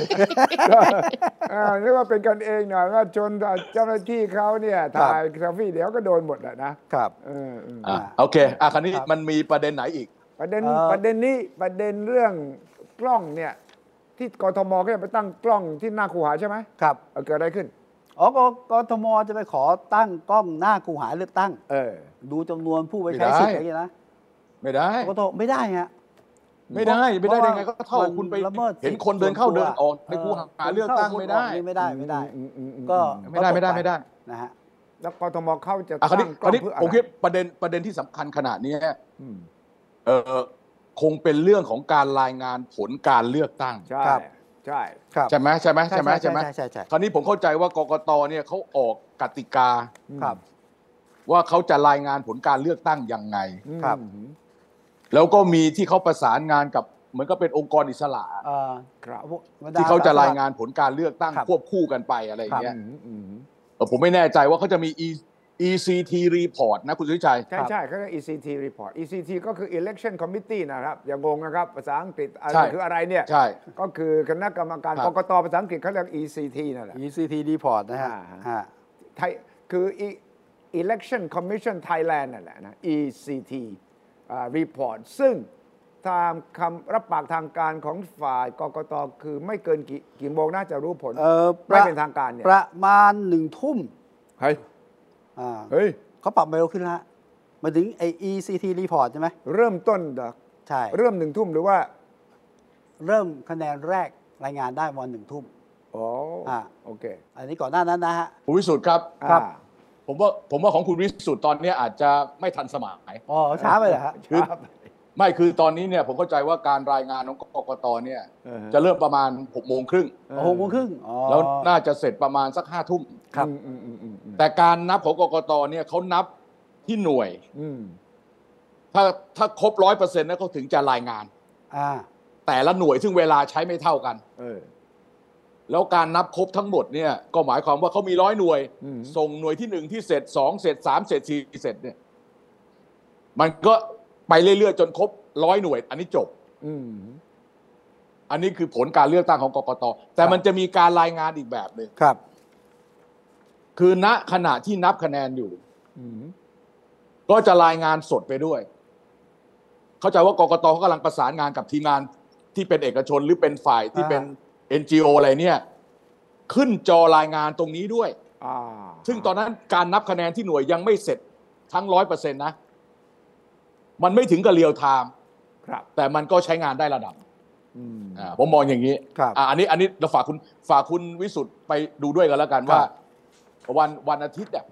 เออเรียกว่าเป็นกันเองหน่อยว่าชนเจ้าหน้าที่เขาเนี่ยถ่ายเซลฟี่เดี๋ยวก็โดนหมดแหละนะครับ เออเออ อ่ะ อ่า โอเค อ่ะคราวนี้ ครับ มันมีประเด็นไหนอีก ประเด็น เอ่อ ประเด็นนี้ประเด็นเรื่องกล้องเนี่ย ที่กทมก็จะไปตั้งกล้องที่หน้าคูหาใช่ไหม ครับ เออเกิดอะไรขึ้น อ๋อกกทมจะไปขอตั้งกล้องหน้าคูหาเลือกตั้ง เออ ดูจำนวนผู้ไปใช้สิทธิ์อะไรอย่างเงี้ยนะ ไม่ได้ กทมไม่ได้ฮะ ไม่ได้ ไม่ได้ เพ ได้ ราะ ไง ว่า ก็เท่า มัน คุณไป ละเมิดสิทธิ์ เห็นคนเดินเข้า ส่วนตัว เดินออกในคูหาเลือกตั้งไม่คนได้เข้าคนออกนี่ไม่ได้ไม่ได้ อืมอืมอืม ก็ ไม่ได้ไม่ได้ไม่ได้ นะฮะ แล้วกทมเขาจะ อ่ะคราว ตั้ นี้ งก ค ล้อ ราว ง นี้ เพื่ออะ ผม ไร คิดประเด็นประเด็นที่สำคัญขนาดเนี้ย อืม เออคงเป็นเรื่องของการรายงานผลการเลือกตั้ง ใช่ใช่ ครับ ใช่ไหมใช่ไหมใช่ไหมใช่ไหม ใช่ใช่ใช่ คราวนี้ผมเข้าใจว่ากกตเนี่ยเขาออกกติกา ครับ ว่าเขาจะรายงานผลการเลือกตั้งยังไง ครับ อืม แล้วก็มีที่เขาประสานงานกับเหมือนก็เป็นองค์กรอิสระ เอ่อ ครับ พวก ที่เขาจะรายงานผลการเลือกตั้ง ครับ ควบคู่กันไปอะไรอย่างเงี้ย อืมอืม เออผมไม่แน่ใจว่าเขาจะมี E- ECT report นะคุณสุวิชัย ใช่ใช่เขาเรียก ECT report ECT ก็คือ election committee นะครับ อย่างงนะครับ ภาษาอังกฤษอะไร ใช่ คืออะไรเนี่ย ใช่ ก็คือคณะกรรมการ ครับ กกตภาษาอังกฤษเขาเรียก ECT นั่นแหละ ECT report นะฮะ อ่าฮะ ฮะ ไทยคือ E- Election Commission Thailand นั่นแหละนะ ECT อ่า report ซึ่งตามคำรับปากทางการของฝ่ายกกตคือไม่เกินกี่กี่โมงน่าจะรู้ผล เอ่อ ไม่เป็นทางการเนี่ย ประมาณหนึ่งทุ่ม เฮ้ย อ่า เฮ้ย เขาปรับมาเร็วขึ้นแล้วฮะมาถึงไอ ECT report ใช่ไหม เริ่มต้นเหรอ ใช่ เริ่มหนึ่งทุ่มหรือว่า เริ่มคะแนนแรกรายงานได้วันหนึ่งทุ่ม อ๋อ อ่า โอเค อันนี้ก่อนหน้านั้นนะฮะ คุณวิสุทธ์ครับ ครับ อ่า ผมว่าผมว่าของคุณวิสุทธ์ตอนเนี้ยอาจจะไม่ทันสมัย อ๋อช้าไปเหรอฮะ ช้าไป ไม่คือตอนนี้เนี่ยผมเข้าใจว่าการรายงานของกกตเนี่ย เออฮ จะเริ่มประมาณ6กโมงครึ่ง อ๋อหกโมงครึ่งอ๋อ แล้วน่าจะเสร็จประมาณสักห้าทุ่ม ครับ อืมอืมอืมอืม แต่การนับของกกตเนี่ยเขานับที่หน่วย อืม ถ้าถ้าครบร้อยเปอร์เซ็นต์นะเขาถึงจะรายงาน อ่า แต่ละหน่วยซึ่งเวลาใช้ไม่เท่ากัน เออ แล้วการนับครบทั้งหมดเนี่ยก็หมายความว่าเขามีร้อยหน่วย อืม ส่งหน่วยที่หนึ่งที่เสร็จสองเสร็จสามเสร็จสี่เสร็จเนี่ยมันก็ไปเรื่อยๆจนครบร้อยหน่วย อันนี้จบ อืม อันนี้คือผลการเลือกตั้งของกกตแต่มันจะมีการรายงานอีกแบบหนึ่ง ครับ คือณขณะที่นับคะแนนอยู่ อืม ก็จะรายงานสดไปด้วย เข้าใจว่ากกตเขากำลังประสานงานกับทีมงานที่เป็นเอกชนหรือเป็นฝ่ายที่เป็น NGO อะไรเนี่ย ขึ้นจอรายงานตรงนี้ด้วย อ่า ซึ่งตอนนั้นการนับคะแนนที่หน่วยยังไม่เสร็จทั้งร้อยเปอร์เซ็นต์นะ มันไม่ถึงกับเรียลไทม์ ครับ แต่มันก็ใช้งานได้ระดับ อืม อ่าผมมองอย่างนี้ ครับ อ่าอันนี้อันนี้เราฝากคุณฝากคุณวิสุทธ์ไปดูด้วยกันแล้วกัน ครับ ว่า วันวันอาทิตย์เนี่ย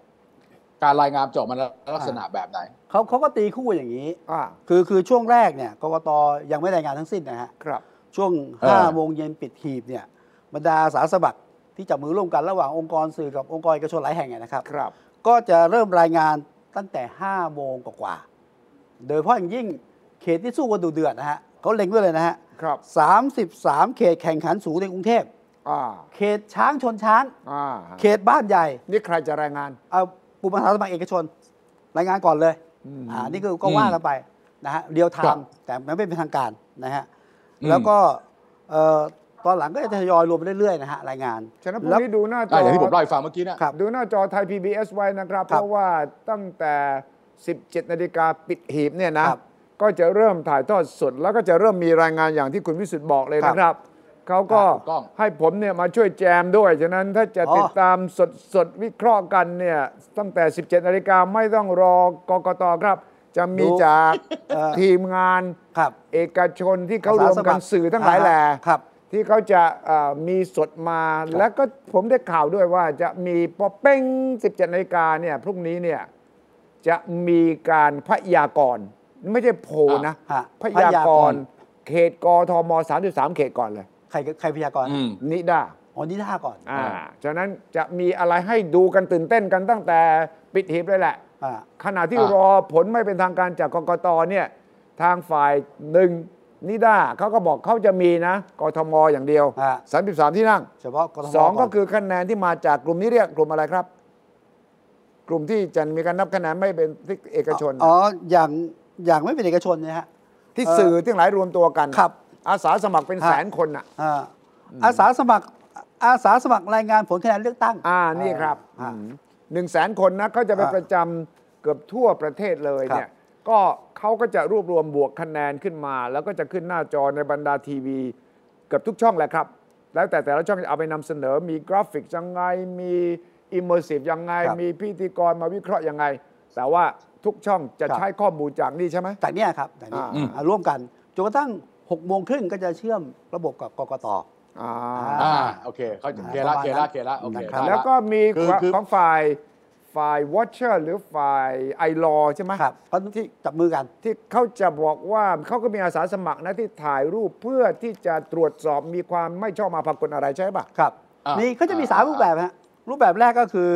การรายงานจะออกมาลักษณะแบบไหน เขาเขาก็ตีคู่อย่างนี้ อ่า คือคือช่วงแรกเนี่ยกกตยังไม่รายงานทั้งสิ้นนะฮะ ครับ ช่วง เออ 5โมงเย็นปิดหีบเนี่ยบรรดาอาสาสมัครที่จับมือร่วมกันระหว่างองค์กรสื่อกับองค์กรเอกชนหลายแห่งอะนะครับ ครับ ก็จะเริ่มรายงานตั้งแต่ 5 โมงกว่าๆโดยเฉพาะอย่างยิ่งเขตที่สู้กันดุเดือดนะฮะเขาเล็งไว้เลยนะฮะ ครับ 33 เขตแข่งขันสูงในกรุงเทพ อ่า เขตช้างชนช้าง อ่า เขตบ้านใหญ่ นี่ใครจะรายงาน เอากลุ่มอาสาสมัครเอกชน รายงานก่อนเลย อืม อ่านี่คือก็ว่ากันไปนะฮะเรียวไท ครับ ม์แต่มันไม่เป็นทางการนะฮะ อืม แล้วก็เอ่อตอนหลังก็จะทยอยรวมไปเรื่อยๆนะฮะรายงาน ฉะนั้นพรุ่งนี้ดูหน้าจ อ่า อ อย่างที่ผมเล่าให้ฟังเมื่อกี้นะ ครับ ดูหน้าจอไทย PBS ไว้นะครับ ครับเพราะว่าตั้งแต่ 17 นาฬิกาปิดหีบเนี่ยนะ ครับ ก็จะเริ่มถ่ายทอดสด แล้วก็จะเริ่มมีรายงานอย่างที่คุณวิสุทธ์บอกเลยนะครับ เขาก็ ครับถูกต้อง ให้ผมเนี่ยมาช่วยแจมด้วย ฉะนั้นถ้าจะ อ๋อ ติดตามสดสดวิเคราะห์กันเนี่ย ตั้งแต่ 17 นาฬิกาไม่ต้องรอกกตครับ จะมีจาก เอ่อ ทีมงาน ครับ เอกชนที่เขารวมกันสื่อทั้งหลายแหล่ ครับ ที่เขาจะเอ่อมีสดมา แล้วก็ผมได้ข่าวด้วยว่าจะมีพอเป้ง 17นาฬิกาเนี่ยพรุ่งนี้เนี่ยจะมีการพยากรณ์ไม่ใช่โพลนะ อ่ะฮะ พยาพกรณ์ยากรณ์ เขตกทม 33 เขตก่อนเลย ใครใครพยากรณ์ อืม นิด้า อ๋อนี่ท่าก่อน อ่า อ่า ฉะนั้นจะมีอะไรให้ดูกันตื่นเต้นกันตั้งแต่ปิดหีบเลยแหละ อ่า ขณะที่ อ่ะ รอผลไม่เป็นทางการจากกกตเนี่ยทางฝ่ายหนึ่งนิด้าเขาก็บอกเขาจะมีนะกทมอย่างเดียว อ่ะ 33 ที่นั่ง เฉพาะกทม สองก็ น คือคะแนนที่มาจากกลุ่มนี้เรียกกลุ่มอะไรครับ กลุ่มที่จะมีการนับคะแนนไม่เป็นที่เอกชน อ๋อ อย่าง อย่างไม่เป็นเอกชนเนยฮะ ที่ เอ่อ สื่อที่หลายรวมตัวกัน ครับ อาสาสมัครเป็น ฮะ แสนคนอ่ะ อ่าอาสาสมัคร อาสาสมัครรายงานผลคะแนนเลือกตั้ง อ่านี่ครับ อ่า หนึ่งแสนคนนะเขาจะไป อ่า ประจำเกือบทั่วประเทศเลย ครับ เนี่ยก็เขาก็จะรวบรวมบวกคะแนนขึ้นมา แล้วก็จะขึ้นหน้าจอในบรรดาทีวีเกือบทุกช่องแหละครับ แล้วแต่แต่ละช่องจะเอาไปนำเสนอมีกราฟิกยังไง มีอิมเมอร์ซีฟยังไง ครับ มีพิธีกรมาวิเคราะห์ยังไง แต่ว่าทุกช่องจะ ครับ ใช้ข้อมูลจากนี่ใช่ไหม จากเนี้ยครับจากนี้ อ่า อืม อ่าร่วมกัน จนกระทั่ง6กโมงครึ่งก็จะเชื่อมระบบกับกกต อ่า อ่าโอเคเข้าใจเคลียร์ละเคลียร์ละเคลียร์ละโอเค นะครับ ได้ะ แล้วก็มี คือคือ ของฝ่ายฝ่ายวอชเชอร์หรือฝ่ายไอรอใช่ไหม ครับก็ที่จับมือกัน ที่เขาจะบอกว่าเขาก็มีอาสาสมัครนะที่ถ่ายรูปเพื่อที่จะตรวจสอบมีความไม่ชอบมาพากลอะไรใช่ปะ ครับ อ่านี่ นี่ก็จะมีสาม อ่า รูปแบบฮะ รูปแบบแรกก็คือ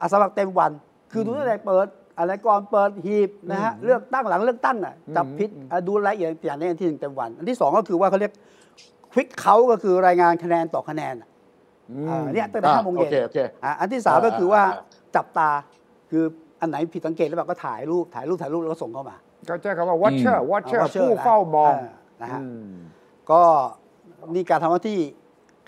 อาสาสมัครเต็มวัน คือดูตั้งแต่เปิด อะไรก่อนเปิดหีบนะฮะ เลือกตั้งหลังเลือกตั้งน่ะ จับผิดอ่ะดูรายละเอียดอย่างนี้อันที่หนึ่งเต็มวัน อันที่สองก็คือว่าเขาเรียกควิกเขาก็คือรายงานคะแนนต่อคะแนนอ่ะอ่าเนี่ยตั้งแต่ อ่า ห้าโมงเย็น โอเคโอเค อ่ะอันที่สามก็คือว่า อ่าอ่า จับตา คืออันไหนผิดสังเกตแล้วแบบก็ถ่ายรูป ถ่ายรูป ถ่ายรูปแล้วก็ส่งเข้ามา เขาใช้คำว่า watcher อ่า watcher voucher ผู้เฝ้ามอง นะฮะ อืม ก็นี่การทำหน้าที่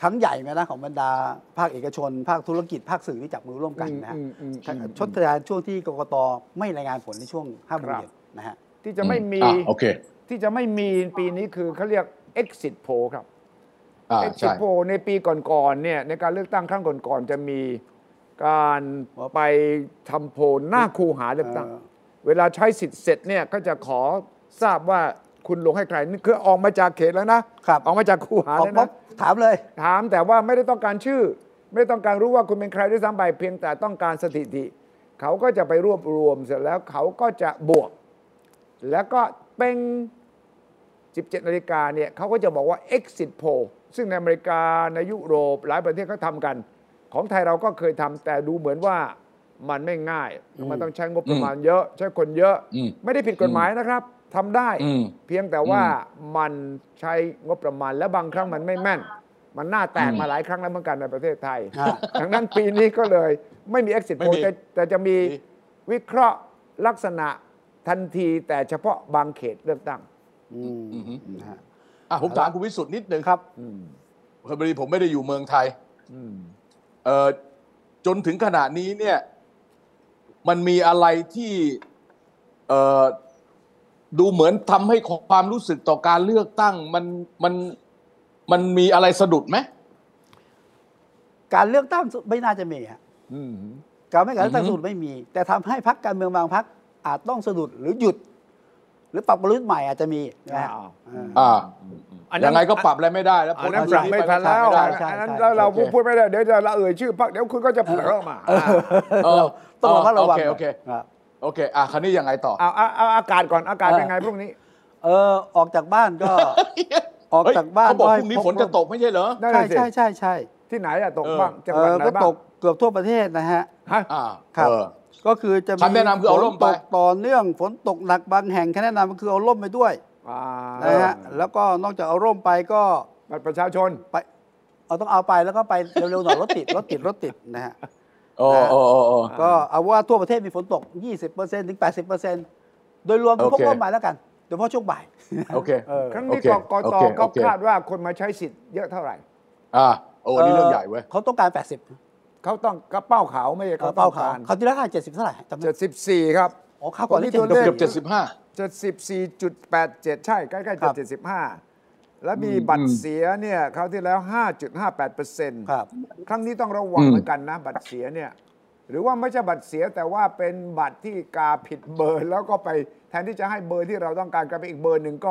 ครั้งใหญ่ไหมนะของบรรดาภาคเอกชน ภาคธุรกิจภาคสื่อที่จับมือร่วมกันนะฮะ อืมอืมอืม ชดเชยช่วงที่กกตไม่รายงานผลในช่วงห้าโมงเย็นนะฮะ ที่จะไม่มี อ่าโอเค ที่จะไม่มีปีนี้คือเขาเรียก exit poll ครับ อ่า เอ็กซิ ใช่ โพลในปีก่อนๆเนี่ยในการเลือกตั้งครั้งก่อนๆจะมีการไปทำโพลหน้าคูหาเลือกตั้ง เออ เวลาใช้สิทธิ์เสร็จเนี่ยก็จะขอทราบว่าคุณลงให้ใครนี่คือออกมาจากเขตแล้วนะครับ ออกมาจากคูหา ออก แล้ว ป๊อ นะ บถามเลย ถามแต่ว่าไม่ได้ต้องการชื่อ ไม่ได้ต้องการรู้ว่าคุณเป็นใครด้วยซ้ำไปเพียงแต่ต้องการสถิติ เขาก็จะไปรวบรวมเสร็จแล้วเขาก็จะบวก แล้วก็เป็น 17 นาฬิกาเนี่ยเขาก็จะบอกว่า exit poll ซึ่งในอเมริกาในยุโรปหลายประเทศเขาทำกัน ของไทยเราก็เคยทำแต่ดูเหมือนว่ามันไม่ง่าย อืม มันต้องใช้งบประมาณเยอะ ใช้คนเยอะ อืม ไม่ได้ผิดกฎหมายนะครับทำได้ อืม เพียงแต่ว่ามันใช้งบประมาณและบางครั้งมันไม่แม่น มันหน้าแตก อืม มาหลายครั้งแล้วเหมือนกันในประเทศไทย อ่า ดังนั้นปีนี้ก็เลยไม่มี exit ไม่มี poll แต่แต่จะมีวิเคราะห์ลักษณะทันทีแต่เฉพาะบางเขตเลือกตั้ง อืม อือฮึ นะฮะ อ่ะผมถามคุณวิสุทธ์นิดหนึ่ง ครับ อืม พอดีผมไม่ได้อยู่เมืองไทย อืม เอ่อจนถึงขณะนี้เนี่ยมันมีอะไรที่เอ่อดูเหมือนทำให้ความรู้สึกต่อการเลือกตั้ง มันมันมันมีอะไรสะดุดไหม การเลือกตั้งไม่น่าจะมีฮะ อืม การไม่การเลือกตั้ง อือสะฮึดุดไม่มี แต่ทำให้พักการเมืองบางพักอาจต้องสะดุดหรือหยุด หรือปรับกลยุทธ์ใหม่อาจจะมีนะฮะ อ้าว อ่า อ่า อันนั้ ยั น งไงก็ปรับอะไรไม่ได้แล้ว อันนั้นปรับ ค ไม่ทัน ป แล้ว ไม่ได้ ใช่ใช่ อันนั้น ใช่ แล้วเรา โอเค พูดไม่ได้เดี๋ยวเราเอ่ยชื่อพักเดี๋ยวคุณก็จะเผลอออกมาอ่า เออ ต้องระมัดระวัง โอเคโอเค ครับ โอเคอ่ะคันนี้ยังไงต่อ เอาเอาเอาอากาศก่อนอากาศเป็นไงพรุ่งนี้ เออออกจากบ้านก็ ออก เฮ้ย จากบ้าน เขาบอก ก็ พ ให้ รุ่งนี้ พก ฝนจะตกไม่ใช่เหรอ นั่น ใช่ น่ะสิ ใช่ใช่ใช่ ที่ไหนอะตก เออ บ้างจัง เอ หวัด อ ไหน ก็ บ้า ต ง กเกือบทั่วประเทศนะฮะ ฮะ อ่า ครับ เออ ก็คือจะมี คำแนะนำคือเอาร่ม ฝน ไป ตกต่อเนื่องฝนตกหนักบางแห่งคำแนะนำก็คือเอาร่มไปด้วย อ่า นะฮะแล้วก็นอกจากเอาร่มไปก็ บัตรประชาชน ไปเอาต้องเอาไปแล้วก็ไปเร็วๆหน่อยรถติดรถติดรถติดนะฮะ โอ้โอ้โอ้โอ้ อ่า ก็เอาว่าทั่วประเทศมีฝนตก 20%ถึง 80%โดยรวม โอเค พบว่าหมายแล้วกันโดยเฉพาะช่วงบ่าย โอเค เออ ครั้งนี้ โอเค กกต โอเค ก็ โอเค คาดว่าคนมาใช้สิทธิ์เยอะเท่าไหร่ อ่าโอ้อันนี้เรื่องใหญ่เว้ย เขาต้องการ 80 เขาต้องกระเป้าขาวไม่ใช่ก เขา ระ เป้า เป้า ขา ขาวว เขาวที่แล้วค่า70 เท่าไหร่จำได้ เจ็ดสิบสี่ครับ อ๋อข้าวก่อนที่ ผมมีตัวเล เจ็ ข ดสิเกือบบ เจ็ดสิบห้า เจ็ดสิบสี่จุดแปดเจ็ดใช่ใกล้ๆ ครั จะ บ เจ็ดสิบห้าแล้วมีบัต อื ร ม เสียเนี่ยคราวที่แล้ว 5.58เปอร์เซ็นต์ ครับ ครั้งนี้ต้องระวัง อืม เหมือนกันนะ บัตรเสียเนี่ย หรือว่าไม่ใช่บัตรเสียแต่ว่าเป็นบัตรที่กาผิดเบอร์แล้วก็ไปแทนที่จะให้เบอร์ที่เราต้องการกลายเป็นอีกเบอร์หนึ่งก็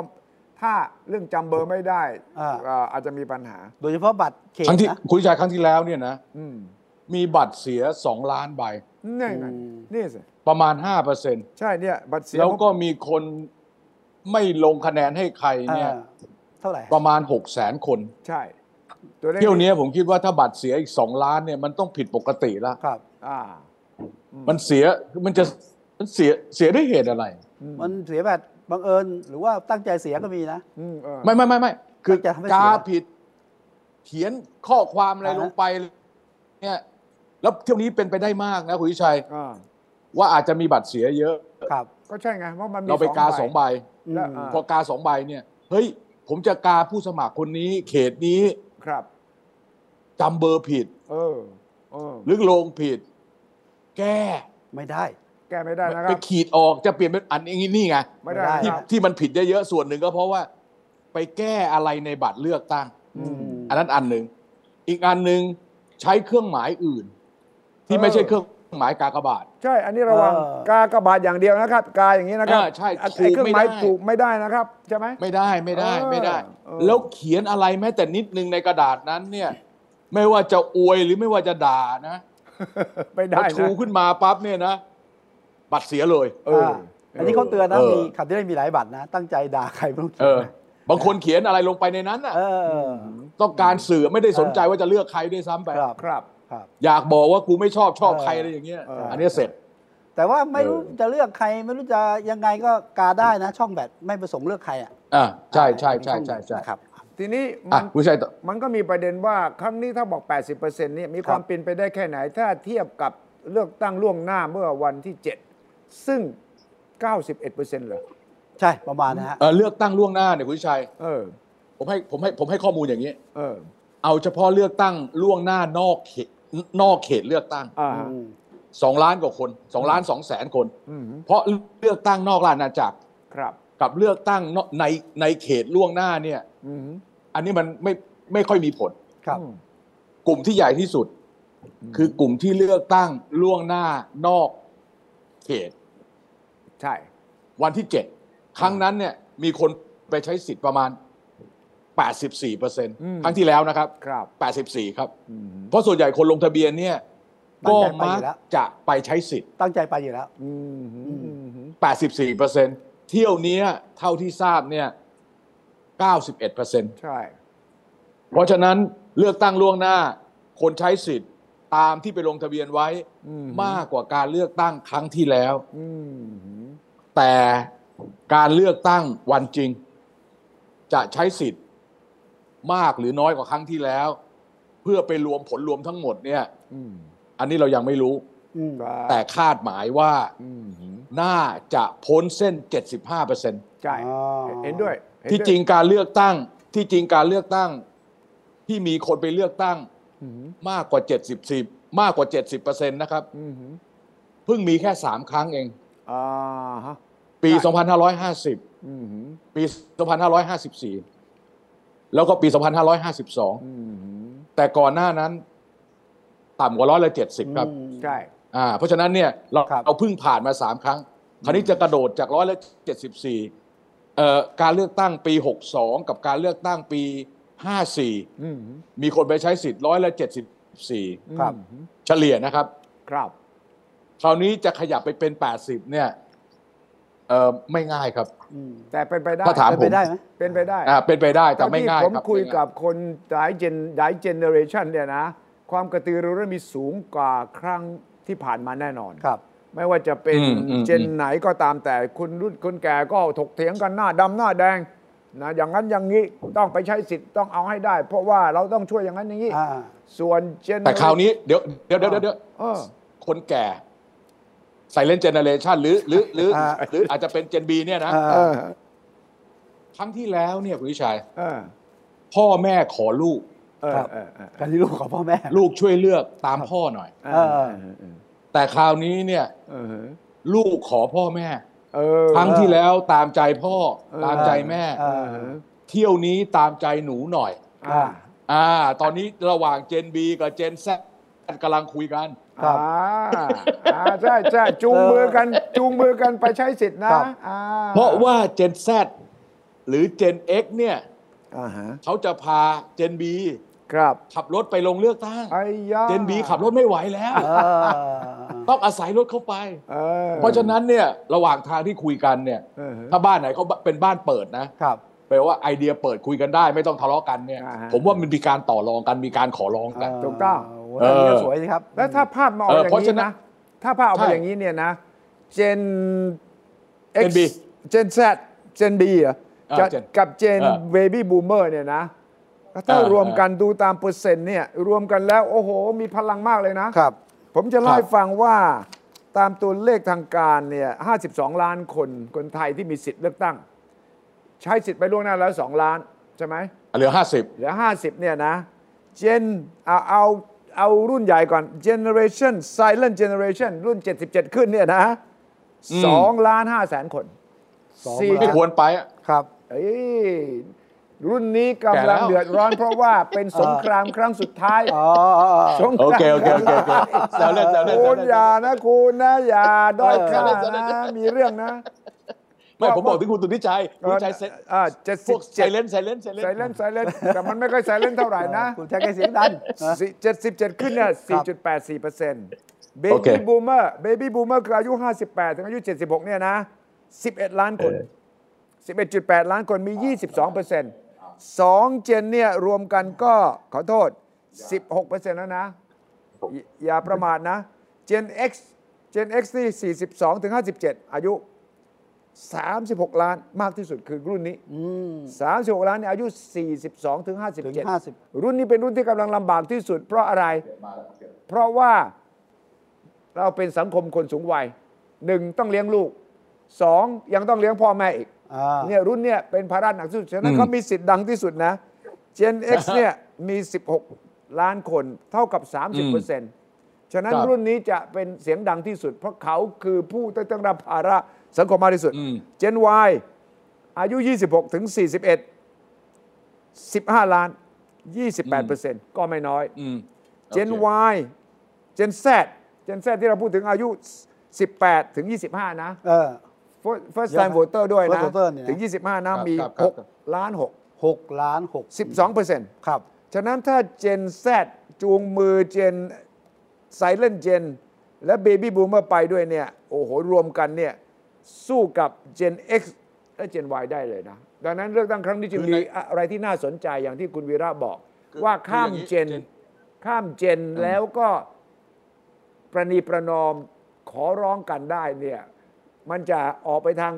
ถ้าเรื่องจำเบอร์ไม่ได้ อ่า อ่าอาจจะมีปัญหา โดยเฉพาะบัตรเขต ครั้งที่ นะ คุณชายครั้งที่แล้วเนี่ยนะ อืม มีบัตรเสียสองล้านใบ นี่ไง อืม นี่สิ ประมาณห้าเปอร์เซ็น ใช่เนี่ย บัตรเสีย แล้วก็ ผม มีคนไม่ลงคะแนนให้ใครเนี่ย อ่าเท่าไหร่ ประมาณหกแสนคน ใช่ ตัวเลข เที่ยวนี้ผมคิดว่าถ้าบัตรเสียอีกสองล้านเนี่ยมันต้องผิดปกติละ ครับ อ่า มันเสียมันจะมันเสียเสียด้วยเหตุอะไร อื มันเสียแบบบังเอิญหรือว่าตั้งใจเสียก็มีนะ อืมเออ ไม่ไม่ไม่ไม่คือ มันจะทำให้เสีย กาผิด เขียนข้อความอะไรลงไปเนี่ยแล้วเที่ยวนี้เป็นไปได้มากนะคุณวิชัย อ่า ว่าอาจจะมีบัตรเสียเยอะ ครับ ก็ใช่ไงเพราะมันมี เราไปกาสอง ใบ ใบ และ อืม อ่า พอกาสองใบเนี่ยเฮ้ย ผมจะกาผู้สมัครคนนี้ เขตนี้ ครับ จำเบอร์ผิด เออเออ หรือลงผิด แก้ ไม่ได้ แก้ไม่ได้นะค ไป รับ ขีดออกจะเปลี่ยนเป็นอันนี้นี่ไง ไม่ได้ ไม่ได้ ที่ ครับ ที่มันผิดเยอะๆส่วนหนึ่งก็เพราะว่า ไปแก้อะไรในบัตรเลือกตั้ง อืม อันนั้นอันหนึ่งอีกอันหนึ่งใช้เครื่องหมายอื่น ที่ไม่ใช่เครื่องหมายกากบาท ใช่ อันนี้ระวัง เออ กากระบาดอย่างเดียวนะครับ กาอย่างนี้นะครับ เออใช่ ไอ้ ถูก เครื่อง ไม่ ไม้ ได้ ถูกไม่ได้นะครับ ใช่ไหม ไม่ได้ไม่ได้ไม่ได้ เออ แล้วเขียนอะไรแม้แต่นิดนึงในกระดาษนั้นเนี่ย ไม่ว่าจะอวยหรือไม่ว่าจะด่านะ ไม่ พ ได้ อชู นะ ขึ้นมาปั๊บเนี่ยนะ บัตรเสียเลย เออ อันนี้เขาเตือนนะ เออ มีขับที่ได้มีหลายบัตรนะ ตั้งใจด่าใครไม่รู้ เออ บางคนเขียนอะไรลงไปในนั้นน่ะ เออ ต้องการสื่อไม่ได้สนใจว่าจะเลือกใครด้วยซ้ำไป ครับ ครับ ครับ อยากบอกว่ากูไม่ชอบชอบ เออ ใครอะไรอย่างเงี้ย เอออั อันเนี้ยเสร็จ แต่ว่าไม่รู้ เออ จะเลือกใคร ไม่รู้จะยังไงก็กาได้นะ ช่องแบตไม่ประสงค์เลือกใครอ่ะ อ่าใช่ใช่ใช่ใช่ใช่ ครับ ทีนี้มั อ่ะ น ผู้ชายต่อ มันก็มีประเด็นว่าครั้งนี้ถ้าบอก 80%เนี่ยมี ครับ ความเป็นไปได้แค่ไหน ถ้าเทียบกับเลือกตั้งล่วงหน้าเมื่อวันที่ 7 ซึ่ง 91%เหรอ ใช่ประมาณนะฮะ เอ่อเลือกตั้งล่วงหน้าเนี่ยคุณวิชัย เออ ผมให้ผมให้ผมให้ข้อมูลอย่างนี้ เออ เอาเฉพาะเลือกตั้งล่วงหน้านอกเขตนอกเขตเลือกตั้ง อ่า สองล้านกว่าคนสองล้านสองแสนคน อืม เพราะเลือกตั้งนอกราชอาณาจักร ครับ กับเลือกตั้งนอกในในเขตล่วงหน้าเนี่ย อืม อันนี้มันไม่ไม่ค่อยมีผล ครับ อืม กลุ่มที่ใหญ่ที่สุด คือกลุ่มที่เลือกตั้งล่วงหน้านอกเขต ใช่ วันที่เจ็ดครั้งนั้นเนี่ยมีคนไปใช้สิทธิ์ประมาณ 84เปอร์เซ็นต์ครั้งที่แล้วนะครับ ครับ 84 ครับ อืม เพราะส่วนใหญ่คนลงทะเบียนเนี่ย ตั้ง ก็ ใจไป มั อก ยู่แล้ว จะไปใช้สิทธิ์ ตั้งใจไปอยู่แล้ว อืมหืมหืมหืม 84เปอร์เซ็นเที่ยวเนี้ยเท่าที่ทราบเนี่ย91เปอร์เซ็น ใช่ เพราะฉะนั้นเลือกตั้งล่วงหน้า คนใช้สิทธิ์ตามที่ไปลงทะเบียนไว้ อืหื มากกว่าการเลือกตั้งครั้งที่แล้ว อืมหืม แต่การเลือกตั้งวันจริง จะใช้สิทธิ์มากหรือน้อยกว่าครั้งที่แล้ว เพื่อไปรวมผลรวมทั้งหมดเนี่ย อืม อันนี้เรายังไม่รู้ อืม ครับ แต่คาดหมายว่า อืมหืม น่าจะพ้นเส้น 75เปอร์เซ็นต ใช่ อ๋อ เห็นด้วยเห็นด้วย ที่จริงการเลือกตั้งที่จริงการเลือกตั้งที่มีคนไปเลือกตั้ง อืมหืม มากกว่า 70มากกว่า 70%นะครับ อืมหืม เพิ่งมีแค่ 3 ครั้งเอง อ่าฮะ ปี 2550 อืมหืม ปี 2554 แล้วก็ปี อืมหืม 2552 แต่ก่อนหน้านั้นต่ำกว่าร้อยละ70 ครับ อืม ใช่ อ่าเพราะฉะนั้นเนี่ยเรา ครับ เราเพิ่งผ่านมา 3 ครั้ง คราวนี้จะกระโดดจากร้อยละ74เอ่อการเลือกตั้งปี 62 กับการเลือกตั้งปี 54 อืมหืม มีคนไปใช้สิทธิ์ร้อยละเจ็ดสิบสี่ ครับ อืมหืม เฉลี่ยนะครับ ครับ คราวนี้จะขยับไปเป็นแปดสิบเนี่ยเอ่อไม่ง่ายครับ อืม แต่เป็นไปได้ ถ้าถาม เป็นไปได้ไหม เป็นไปได้ อ่าเป็นไปได้แต่ เท่า ไม่ ที่ ง่าย ผม ครับ คุย ไม่ง่า กับคนหลายเจนหลายเจเนอเรชันเนี่ยนะ ความกระตือรือร้นมีสูงกว่าครั้งที่ผ่านมาแน่นอน ครับ ไม่ว่าจะเป็นเจนไหนก็ตามแต่คนรุ่นคนแก่ก็ถกเถียงกันหน้าดำหน้าแดงนะอย่างนั้นอย่างนี้ต้องไปใช้สิทธิ์ต้องเอาให้ได้ เพราะว่าเราต้องช่วยอย่างนั้นอย่างนี้ อ่า ส่วนเจน แต่คราวนี้เดี๋ยวเดี๋ยวเดี๋ยวเดี๋ยวเดี๋ยว เออ คนแก่ไซเลนเจเนเรชันหรือหรือหรือ อ่า หรืออาจจะเป็นเจนบีเนี่ยนะ อ่า เออ ครั้งที่แล้วเนี่ยคุณวิชัย เออ พ่อแม่ขอลูก เออเออเออ การที่ลูกของพ่อแม่ ลูกช่วยเลือกตามพ่อหน่อย เออ แต่คราวนี้เนี่ย เออ ลูกขอพ่อแม่ เออ ครั้งที่แล้วตามใจพ่อตามใจแม่ อ่า เที่ยวนี้ตามใจหนูหน่อย อ่า อ่า ตอนนี้ระหว่างเจน B กับเจน Z กำลังคุยกัน ครับ อ่าใช่ใช่จูงมือกันจูงมือกันไปใช้สิทธิ์นะอ่า เพราะว่าเจน Z หรือเจน X เนี่ย อ่าฮะ เขาจะพาเจน B ครับ ขับรถไปลงเลือกตั้ง ไอ้ยา เจน B ขับรถไม่ไหวแล้ว เออ ต้องอาศัยรถเข้าไป เออ เพราะฉะนั้นเนี่ยระหว่างทางที่คุยกันเนี่ย เออฮะ ถ้าบ้านไหนเขาเป็นบ้านเปิดนะครับ แปลว่าไอเดียเปิดคุยกันได้ ไม่ต้องทะเลาะกันเนี่ย อ่าฮะ ผมว่ามันมีการต่อรองกันมีการขอร้องกัน ถูกต้อง โโหแต่นี่ก็สวยสิครับ แล้วถ้าภาพมาออก เออ อย่างเพราะ นี้ ฉะนั้ นะ น ถ้าภาพออกมา ใช่ อย่างนี้เนี่ยนะ เจน Gen B เจน Z เจน B เหรอ เออ จะ Gen กับเจน เออ เบบี้บูมเมอร์เนี่ยนะ ถ้า เออ รวมกันดูตามเปอร์เซ็นต์เนี่ย รวมกันแล้ว โอ้โห มีพลังมากเลยนะ ครับ ผมจะเล่า ครับ ให้ฟังว่าตามตัวเลขทางการเนี่ย 52 ล้านคนคนไทยที่มีสิทธิ์เลือกตั้ง ใช้สิทธิ์ไปล่วงหน้าแล้ว 2 ล้านใช่ไหม เหลือ เหลือ 50 เนี่ยนะ เจนเอาเอาเอารุ่นใหญ่ก่อน Generation Silent Generation รุ่น 77 ขึ้นเนี่ยนะ อืม สองล้านห้าแสนคน สอง สี่ 50 ล้าน ไม่ควรไปอะ ครับ เอ้ยรุ่นนี้ แก่ กำ แล้ ลัง ว เดือดร้อนเพราะว่าเป็นสงครามครั้งสุดท้าย อ๋ออ๋ออ๋อ สงค โอ ราม เคโอเคโอเคโอเคแซวเล่นแซวเล่นแซ คุ ว ณ เล่น อย่านะคุณนะอย่าด้อย เออ ค่า เออ นะมีเรื่องนะ ไม่ผมบอกถึงคุณตุนิชัยตุนิชัยเซ็ต อ่าเจ็ด พ สิ ว บ กไซ เจ็ด เลนไซเลนไซเลน ไซเลนไซเลนแต่มันไม่ค่อยไซเลนเท่าไหร่นะ คุณแจ็คให้เสียงดังนะ เจ็ดสิบเจ็ดขึ้นเนี่ยสี่จุดแปดสี่เปอร์เซ็นต์เบ โอเค บี้บูมเมอร์เบบี้บูมเมอร์คืออายุห้าสิบแปดถึงอายุเจ็ดสิบหกเนี่ยนะสิบเอ็ดล้านคนสิบเอ็ดจุดแปดล้านคนมียี่สิบสองเปอร์เซ็นต์สองเจนเนี่ยรวมกันก็ขอโทษสิบหกเปอร์เซ็นต์แล้วนะ อย่าอย่าประมาทนะเจน X เจน X นี่สี่สิบสองถึงห้าสิบเจ็ดอายุสามสิบหกล้านมากที่สุดคือรุ่นนี้ อืม 36ล้านเนี่ยอายุ 42 ถึง ถึง 57 50 รุ่นนี้เป็นรุ่นที่กำลังลำบากที่สุด เพราะอะไร เพราะว่าเราเป็นสังคมคนสูงวัยหนึ่งต้องเลี้ยงลูกสองยังต้องเลี้ยงพ่อแม่อีก อ่า เนี่ยรุ่นเนี่ยเป็นภาระหนักที่สุด ฉะนั้ อื น ม เขามีสิทธิ์ดังที่สุดนะ Gen X เนี่ยมี 16 ล้านคนเท่ากับ 30%ฉะนั้นรุ่นนี้จะเป็นเสียงดังที่สุด เพราะเขาคือผู้ที่ต้องรับภาระสังคมมากที่สุด อืม Gen Y อายุ 26 ถึง 41 15 ล้าน 28%ก็ไม่น้อย อืม Gen โอเค Y Gen Z Gen Z ที่เราพูดถึงอายุ 18 ถึง 25 นะ เออ First- First เยอะ time นะ voter ด้วยนะ First voter เนี่ยนะ ถึง 25 นะ ครับ มี ครับครับ 6 ล้าน 6 หกล้านหก 12% ครับ ฉะนั้นถ้า Gen Z จูงมือ Gen ไซเลนเจนและเบบี้บูมเมอร์ไปด้วยเนี่ย โอ้โห รวมกันเนี่ย สู้กับ Gen X และ Gen Y ได้เลยนะ ดังนั้นเลือกตั้งครั้งนี้จะ คือ มี ใน อะไรที่น่าสนใจอย่างที่คุณวีระบอก คือ ว่าข้าม คืออย่างนี้ เจน Gen ข้ามเจนแล้วก็ประนีประนอมขอร้องกันได้เนี่ย มันจะออกไปทาง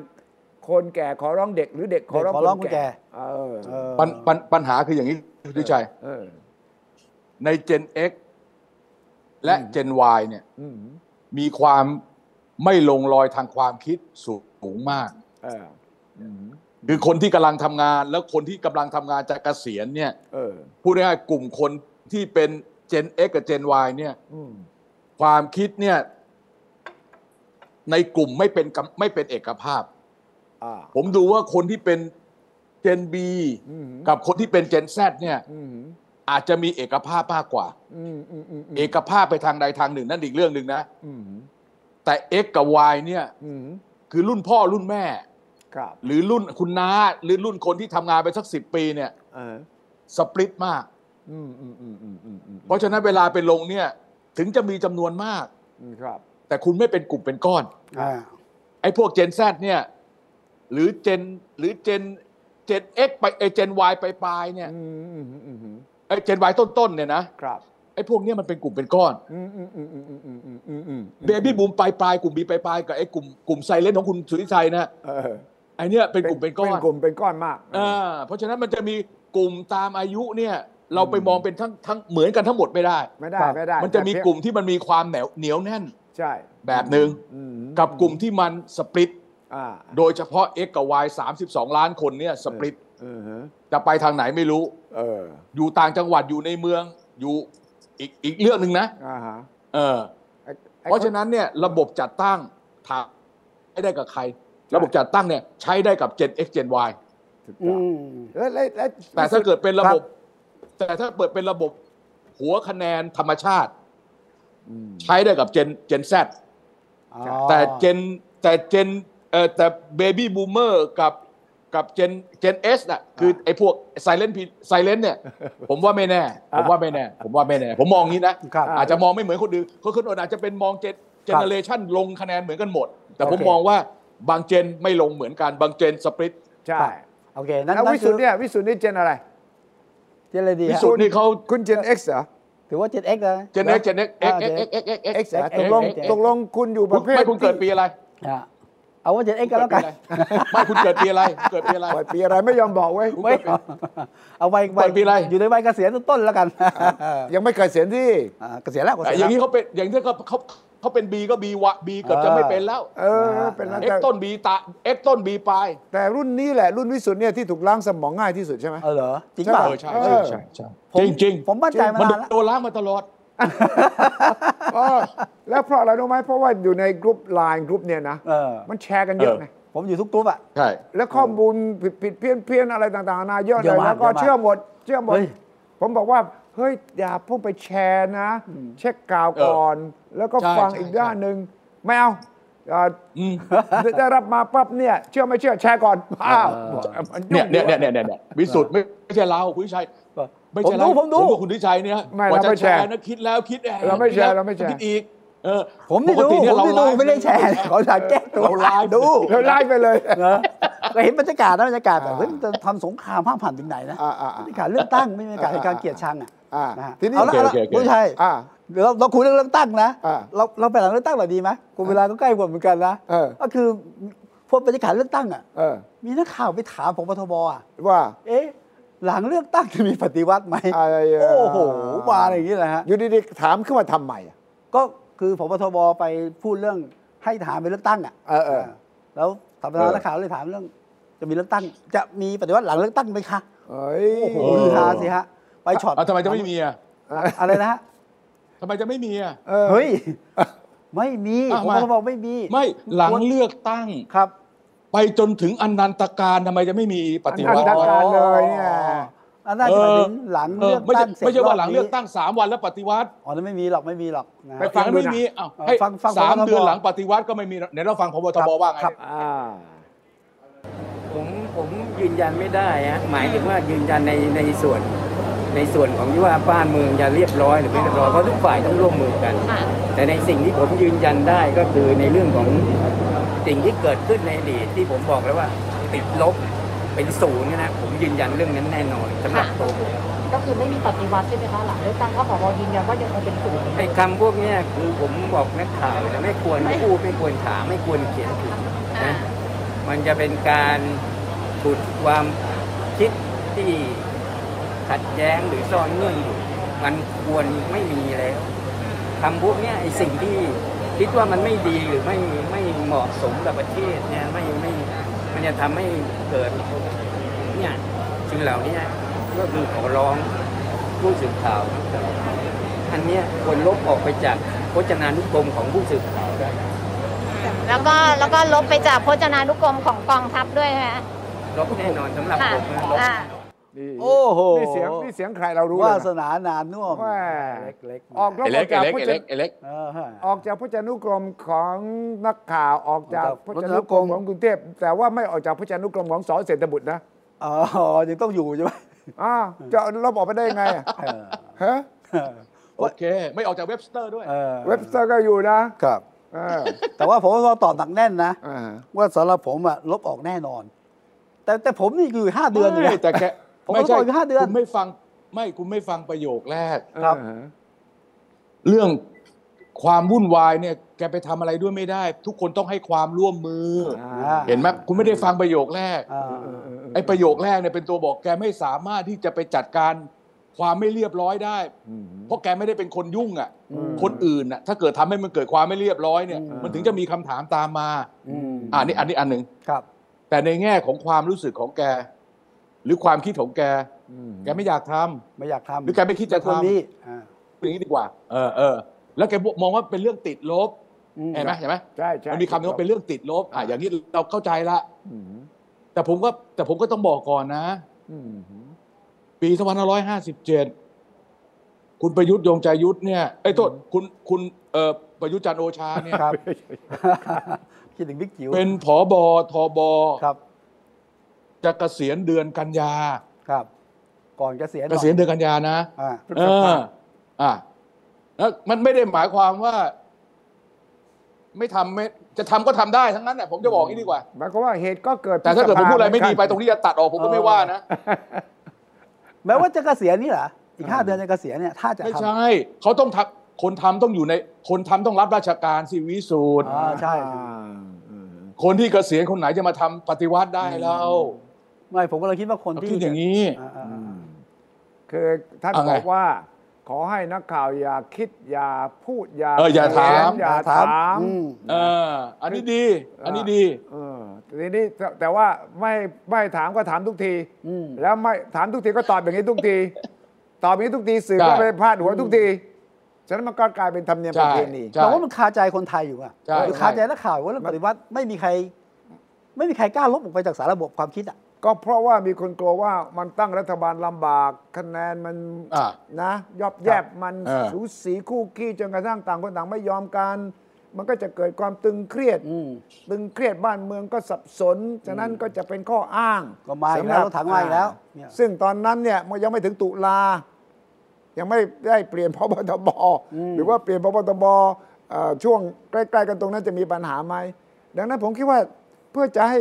คนแก่ขอร้องเด็กหรือเด็กขอร้อง เด็กขอร้อง ค คน น แก่ แก่ เออ เอ่อ ปัญปัญปัญหาคืออย่างนี้คุณทิชัย เออ ใน Gen X และ Gen Y เนี่ย อืม มีความไม่ลงรอยทางความคิดสูงมาก เอออืม คือคนที่กำลังทำงาน แล้วคนที่กำลังทำงานจะเกษียณเนี่ย เออ พูดง่ายๆกลุ่มคนที่เป็น Gen X กับ Gen Y เนี่ย อืม ความคิดเนี่ย ในกลุ่มไม่เป็นกำไม่เป็นเอกภาพ อ่า ผมดูว่าคนที่เป็น Gen B อืม กับคนที่เป็น Gen Z เนี่ย อืม อาจจะมีเอกภาพมากกว่า อืมอืมอืม เอกภาพไปทางใดทางหนึ่งนั่นอีกเรื่องหนึ่งนะ อืม แต่ X กับ Y เนี่ย อืม คือรุ่นพ่อรุ่นแม่ ครับ หรือรุ่นคุณน้า หรือรุ่นคนที่ทำงานไปสักสิปีเนี่ย เออ สปลิตมาก อืมอืมอืมอืมอืมอืม เพราะฉะนั้นเวลาไปลงเนี่ย ถึงจะมีจำนวนมาก อืมครับ แต่คุณไม่เป็นกลุ่มเป็นก้อน อ่า ไอ้พวกเจนแซเนี่ย หรือเจนหรือเจนเจนเอ็กไปไอ้เจนวไปปลายเนี่ย อืมอืมอืมอืมอืม ไอ้เจนวต้นต้นๆเนี่ยนะครับ ไอ้พวกเนี้ยมันเป็นกลุ่มเป็นก้อน อืมอืมอืมอืมอืมอืมอืมอืมอืม เบบี้บูมปลายปลายๆกลุ่มบีปลายปลายๆกับไอ้กลุ่มกลุ่มไซเลนของคุณสุทธิชัยนะ เออ ไอ้เนี่ยเป็นกลุ่มเป็นก้อ เป็น นกลุ่มเป็นก้อนมาก อ่าเพราะฉะนั้นมันจะมีกลุ่มตามอายุเนี่ย เราไปมองเป็นทั้งทั้งเหมือนกันทั้งหมดไม่ได้ ไม่ได้ไม่ได้ มันจะมีกลุ่มที่มันมีความเหนียวเหนียวแน่น ใช่ แบบหนึ่ง อืม กับกลุ่มที่มันสปริต อ่า โดยเฉพาะ X กับ Y 32 ล้านคนเนี่ยสปริต เออฮะ จะไปทางไหนไม่รู้ เออ อยู่ต่างจังหวัดอยู่ในเมืองอยู่อีกอีกเรื่องหนึ่งนะ อ่าฮะ เออ ไอ้ไอ้ เพราะฉะนั้นเนี่ยระบบจัดตั้งถามใช้ได้กับใคร ระบบจัดตั้งเนี่ยใช้ได้กับ Gen X Gen Y ถูก อื ต้อง ม แล้วแล้วแล้ว แต่ถ้าเกิดเป็นระบบ แต่ถ้าเปิดเป็นระบบหัวคะแนนธรรมชาติ ใช้ได้กับเจนเจนแซแต่เจนแต่เจนเอ่อแต่เบบี้บูมเมอร์กับกับเจนเจนเอสน่ะคือไอ้พวกไซเลนไซเลนเนี่ย ผมว่าไม่แน่ ผมว่าไม่แน่ ผมว่าไม่แน่ ผมมองงี้นะ ครับ อาจจะมองไม่เหมือนคนอื่นคนอื่นอาจจะเป็นมองเจนเจเนเรชันลงคะแนนเหมือนกันหมด แต่ผม โอเค มองว่าบางเจนไม่ลงเหมือนกันบางเจนสปริต ใช่ ครับโอเค นั่น แล้ว นั่น วิ คื สุท อ ธ์เนี่ยวิสุทธ์นี่เจนอะไร เจนอะไรดี วิ ฮะ สุทธิ์นี่เขา คุณเจน X เหรอ ถือว่าเจ็ดเอ็กซ์นะ เจนเอ็กเจนเอ็กเอ็กเอ็กเอ็กเอ็กเอ็กเอ็ก X เหรอตกลง X ตกลงคุณอยู่ประเภท ไม่คุณเกิดปีอะไร ฮะเอาว่าเจ็ดเอ็กซ์กันแล้วกัน ไม่คุณเกิดปีอะไร เกิดปีอะไร ปล่อยปีอะไรไม่ยอมบอกเว้ย ไม่เอาเอาไว้ เปิดปีอะไร อยู่ในวัยเกษียณต้นๆแล้วกัน ยังไม่เกิดเสียงที่ อ่าเกษียณแล้วเก แต่ ษียณ อย่างนี้ แล้ว เขาเป็นอย่างนี้เขาเขาเขาเป็นบีก็บีวะบีเกือบจะไม่เป็นแล้ว เออ เป็นแล้ว เอ็ก แต่ ต้นบีตาเอ็กต้นบีปลาย แต่รุ่นนี้แหละรุ่นวิสุทธ์เนี่ยที่ถูกล้างสมองง่ายที่สุดใช่ไหม เออเหรอ จริงเปล่า เออใช่ใช่ใช่ใช่จริงจริง ผมมั่นใจมา มัน นานแล้ว โดนล้างมาตลอด เออแล้วเพราะอะไรรู้ไหมเพราะว่าอยู่ในกลุ่มไลน์กลุ่มเนี่ยนะ เออ มันแชร์กันเยอะไง ผมอยู่ทุกกรุ๊ปอ่ะ ใช่ แล้วข้อมูลผิดผิดเพี้ยนเพี้ยนอะไรต่างๆนานาเยอะเล เย ย อะมาก แล้วก็ เยอะมาก เชื่อหมด เชื่อหมด เฮ้ย ผมบอกว่า เฮ้ย อย่าเพิ่งไปแชร์นะ เช็คกล่าวก่อน แล้วก็ ใช่ ฟัง ใช่ อีก ใช่ ด้านหนึ่งไม่เอาเอ่อ อืม ได้ได้รับมาปั๊บเนี่ย เชื่อไม่เชื่อแชร์ก่อนอ้าวมั เนี่ย ง เนี่ยเนี่ยเนี่ยเนี่ยวิสุทธ์ไม่ไม่ใช่เราคุณทิชัยไม่ ผม ใช่ ดู เรา ผมดู กับคุณทิชัยเนี่ยกว่าจะแชร์นะคิดแล้วคิด เราไม่แชร์เราไม่แชร์ คิดอีก เออ ผมนี่ดู ปกติเนี่ย ผมนี่ เรา ดู ลฟ์ ไม่ได้แชร์ขอถามแก้ตัว เราไลฟ์ ดู เราไล่ไปเลย เออก็เห็นบรรยากาศนะบรรยากาศแต่ อ่า เฮ้ยมันจะทำสงครามห้ามผ่านถึงไหนนะ อ่าอ่าอ่า บรรยากาศเลือกตั้งไม่มีบรรยากาศในการเกลียดชังอ่ะ อ่า นะฮะ ทีนี้ เอาละ โอเค เอาละ โอเคโอเค คุณชัย อ่า เดี๋ยวเราเราคุยเรื่องเลือกตั้งนะ อ่า เราเราไปหลังเลือกตั้งหน่อยดีไหมคุณเวลาก็ใกล้กว่าเหมือนกันนะ เออ ก็คือพวกบรรยากาศเลือกตั้งอ่ะ เออ มีนักข่าวไปถามผมปทบอ่ะ ว่า เอ๊ะหลังเลือกตั้งจะมีปฏิวัติไหม อะไรอ่ะ โอ้โหมาอะไรอย่างนี้แหละฮะ อยู่ดีๆถามขึ้นมาทำใหม่ ก็คือพบทบไปพูดเรื่องให้ทหารไปเลือกตั้งอ่ะ เออเออ แล้วสำนักงานข่าวเลยถามเรื่อง จะมีเลือกตั้ง จะมีปฏิวัติหลังเลือกตั้งไหมคะ เอ้ย โอ้โหฮือฮาสิฮะ ไปช็อต เอาทำไมจะไม่มีอ่ะ อะไรนะฮะ ทำไมจะไม่มีอ่ะ เออ เฮ้ ยไม่มี อ้าว พ มา บทบไม่มี ไม่หลังเลือกตั้ง ครับ ไปจนถึงอนันตการทำไมจะไม่มีปฏิ า วัติ ทางการเลยเนี่ย อันนั้นจะหมายถึงหลัง เอ เลื อ อก ไม่ ตั้งใช่เสร็จ ไม่ใช่ว่าหลัง รบนี้ เลือกตั้งสามวันแล้วปฏิวัติ อ๋อนั่นไม่มีหรอกไม่มีหรอกนะฮะ ไปฟัง ฟังดู ไม่ นะ มีอ้าว เออ ให้ ฟังฟัง สาพบมทบ เดือนหลังปฏิวัติก็ไม่มีไหนเราฟังพบตบว่าไง ครับ อ่า ผมผมยืนยันไม่ได้ฮะหมายถึงว่ายืนยันในในส่วน ในส่วนของที่ว่าบ้านเมืองจะเรียบร้อยหรือไม่เรียบร้อยเพราะทุกฝ่ายต้องร่วมมือกัน ค่ะ แต่ในสิ่งที่ผมยืนยันได้ก็คือในเรื่องของสิ่งที่เกิดขึ้นในอดีตที่ผมบอกแล้วว่า ติดลบเป็นศูนย์นะผมยืนยันเรื่องนั้นแน่นอนสำหรับตัวผม ก็คือไม่มีปฏิวัติใช่ไหมคะหลังเลือกตั้งก็ขอยืนยันว่ายังคงเป็นศูนย์ ไอ้คำพวกเนี้ยคือผมบอกนักข่าวนะไม่ควรพูดไม่ควรถามไม่ควรเขียนถึง อ่า นะ มันจะเป็นการขุดความคิดที่ขัดแย้งหรือซ่อนเงื่อนอยู่ มันควรไม่มีแล้วคำพวกเนี้ยไอสิ่งที่คิดว่ามันไม่ดีหรือไม่ไม่เหมาะสมกับประเทศเนี่ยไม่ไม่มันจะทำให้เกิดเนี่ยสิ่งเหล่านี้ก็คือขอร้องผู้สื่อข่าวทั้งหลายอันเนี้ยควรลบออกไปจากพจนานุกรมของผู้สื่อข่าวได้ แล้วก็แล้วก็ลบไปจากพจนานุกรมของกองทัพด้วยนะ ลบแน่นอนสำหรับ ค่ะ ผมนะลบ อ่า นี่ โอ้โห นี่เสียงนี่เสียงใครเรารู้เล วาย ส นะ นานานน่วม แม่ เล็กๆ ออกแล้ว เอเล็ก ออ เอจากก เล็ก พ เอ จ เล็กเอเล็ก เออฮะ ออกจากพจนานุกรมของนักข่าวออกจาก ออก พ จาก จนานุกรพมจนานุกรม ของกรุงเทพแต่ว่าไม่ออกจากพจนานุกรมของสอเศรษฐบุตรนะ อ๋อยังต้องอยู่ใช่ไหม อ้าวจะลบออกไปได้ยังไงอะ เออ ฮะ โอเค ไม่ออกจากเว็บสเตอร์ด้วย เออ เว็บเซอร์ก็อยู่นะครับ เออ แต่ว่าผมว่าตอบหนักแน่นนะ อ่า ว่าสำหรับผมอะลบออกแน่นอน แต่แต่ผมนี่คือห้าเดือนอยู่นะ ไม่แต่แก ผมก็บอกอยู่ห้าเดือน คุณไม่ฟังไม่คุณไม่ฟังประโยคแรก ครับ อ่า เรื่องความวุ่นวายเนี่ยแกไปทำอะไรด้วยไม่ได้ ทุกคนต้องให้ความร่วมมืออ อ่า เห็นไหมคุณไม่ได้ฟังประโยคแรก อ่า ไอ้ประโยคแรกเนี่ยเป็นตัวบอกแกไม่สามารถที่จะไปจัดการความไม่เรียบร้อยได้ เพราะแกไม่ได้เป็นคนยุ่งอ่ะ อืม คนอื่นอ่ะถ้าเกิดทำให้มันเกิดความไม่เรียบร้อยเนี่ย อืม มันถึงจะมีคำถามตามมา อืม อ่านี่อันนี้อันหนึ่ง ครับ แต่ในแง่ของความรู้สึกของแก หรือความคิดของแก แกไม่อยากทำ ไม่อยากทำ หรือแกไม่คิดจะ คน ทำ นี้อ่า อย่างนี้ดีกว่า เออเออ แล้วแกมองว่าเป็นเรื่องติดลบ อื เห็นไหมเห็นไหม ใช่ใช่ มันมีคำว่าเป็นเรื่องติดลบ อ่ะอย่างนี้เราเข้าใจละ อืม แต่ผมก็แต่ผมก็ต้องบอกก่อนนะ อืม ปี2557 คุณประยุทธ์ยงใจยุทธเนี่ยไอ้ยโทษคุณคุณเอ่อประยุทธ์จันทร์โอชาเนี่ย ครับ คิดถึงบิ๊กจิ๋ว เป็นผอบอทอบอ ครับ จะเกษียณเดือนกันยา ครับ ก่อนเกษียณห เก น่อ ษียณเดือนกันยานะ อ่า เอออ่ะแล้วมันไม่ได้หมายความว่า ไม่ทำไม่จะทำก็ทำได้ทั้งนั้นแหละผมจะบอกอย่างนี้ดีกว่า หมายความว่าเหตุก็เกิด แต่ถ้าเกิดผมพูดอะไรไม่ดีไป พฤษภา ตรงนี้จะตัดออกผมก็ไม่ว่านะ แม้ว่าจะเกษียณนี่เหรออีกห้าเดือนจะเกษียณเนี่ย ถ้าจะ ไม่ ทำ ใช่ เขาต้องทำคนทำต้องอยู่ใน คนทำต้องรับราชการสิวิสูตร อ่าใช่ อ่าอืม คนที่เกษียณคนไหนจะมาทำปฏิวัติได้เรา ไม่ผมก็เลยคิดว่าคน เรา ที่ คิดอย่างนี้ อ่าอ่า อื อ่าม คือท่าน เอาไง บอกว่า ขอให้นักข่าวอย่าคิดอย่าพูดอย่า เอออย่าถาม เขีนอย่าถาม อืม เออ อันนี้ดี อันนี้ดี เออทีนี้แต่แต่ว่าไม่ไม่ถามก็ถามทุกที อืม แล้วไม่ถามทุกทีก็ตอบอย่างนี้ทุกที ตอบอย่างนี้ทุกทีสื่อก็ ใช่ ไปพาดหัวทุกทีฉะนั้นมันก็กลายเป็นธรรมเนียมประ ใช่ เพณี ใช่ แต่ว่ามันคาใจคนไทยอยู่อ่ะ ใช่ มันคาใจนักข่าวว่าเรื่องปฏิวัติไม่มีใคร ไม่มีใครกล้าลบออกไปจากสารระบบความคิดอ่ะ ก็เพราะว่ามีคนกลัวว่ามันตั้งรัฐบาลลำบากคะแนนมัน อ่ะ นะยอบแยบมัน เออ สูสีคู่ขี้จนกระทั่งต่างคนต่างไม่ยอมกัน มันก็จะเกิดความตึงเครียด อืม ตึงเครียดบ้านเมืองก็สับสน ฉะนั้นก็จะเป็นข้ออ้าง ก็มาอีกแล้ว สำหรับ ถังมาอีกแล้วเนี่ย ซึ่งตอนนั้นเนี่ยมันยังไม่ถึงตุลา ยังไม่ได้เปลี่ยนพ บตบหรือว่าเปลี่ยนพบตบเอ่อช่วงใกล้ๆกันตรงนั้นจะมีปัญหาไหม ดังนั้นผมคิดว่าเพื่อจะให้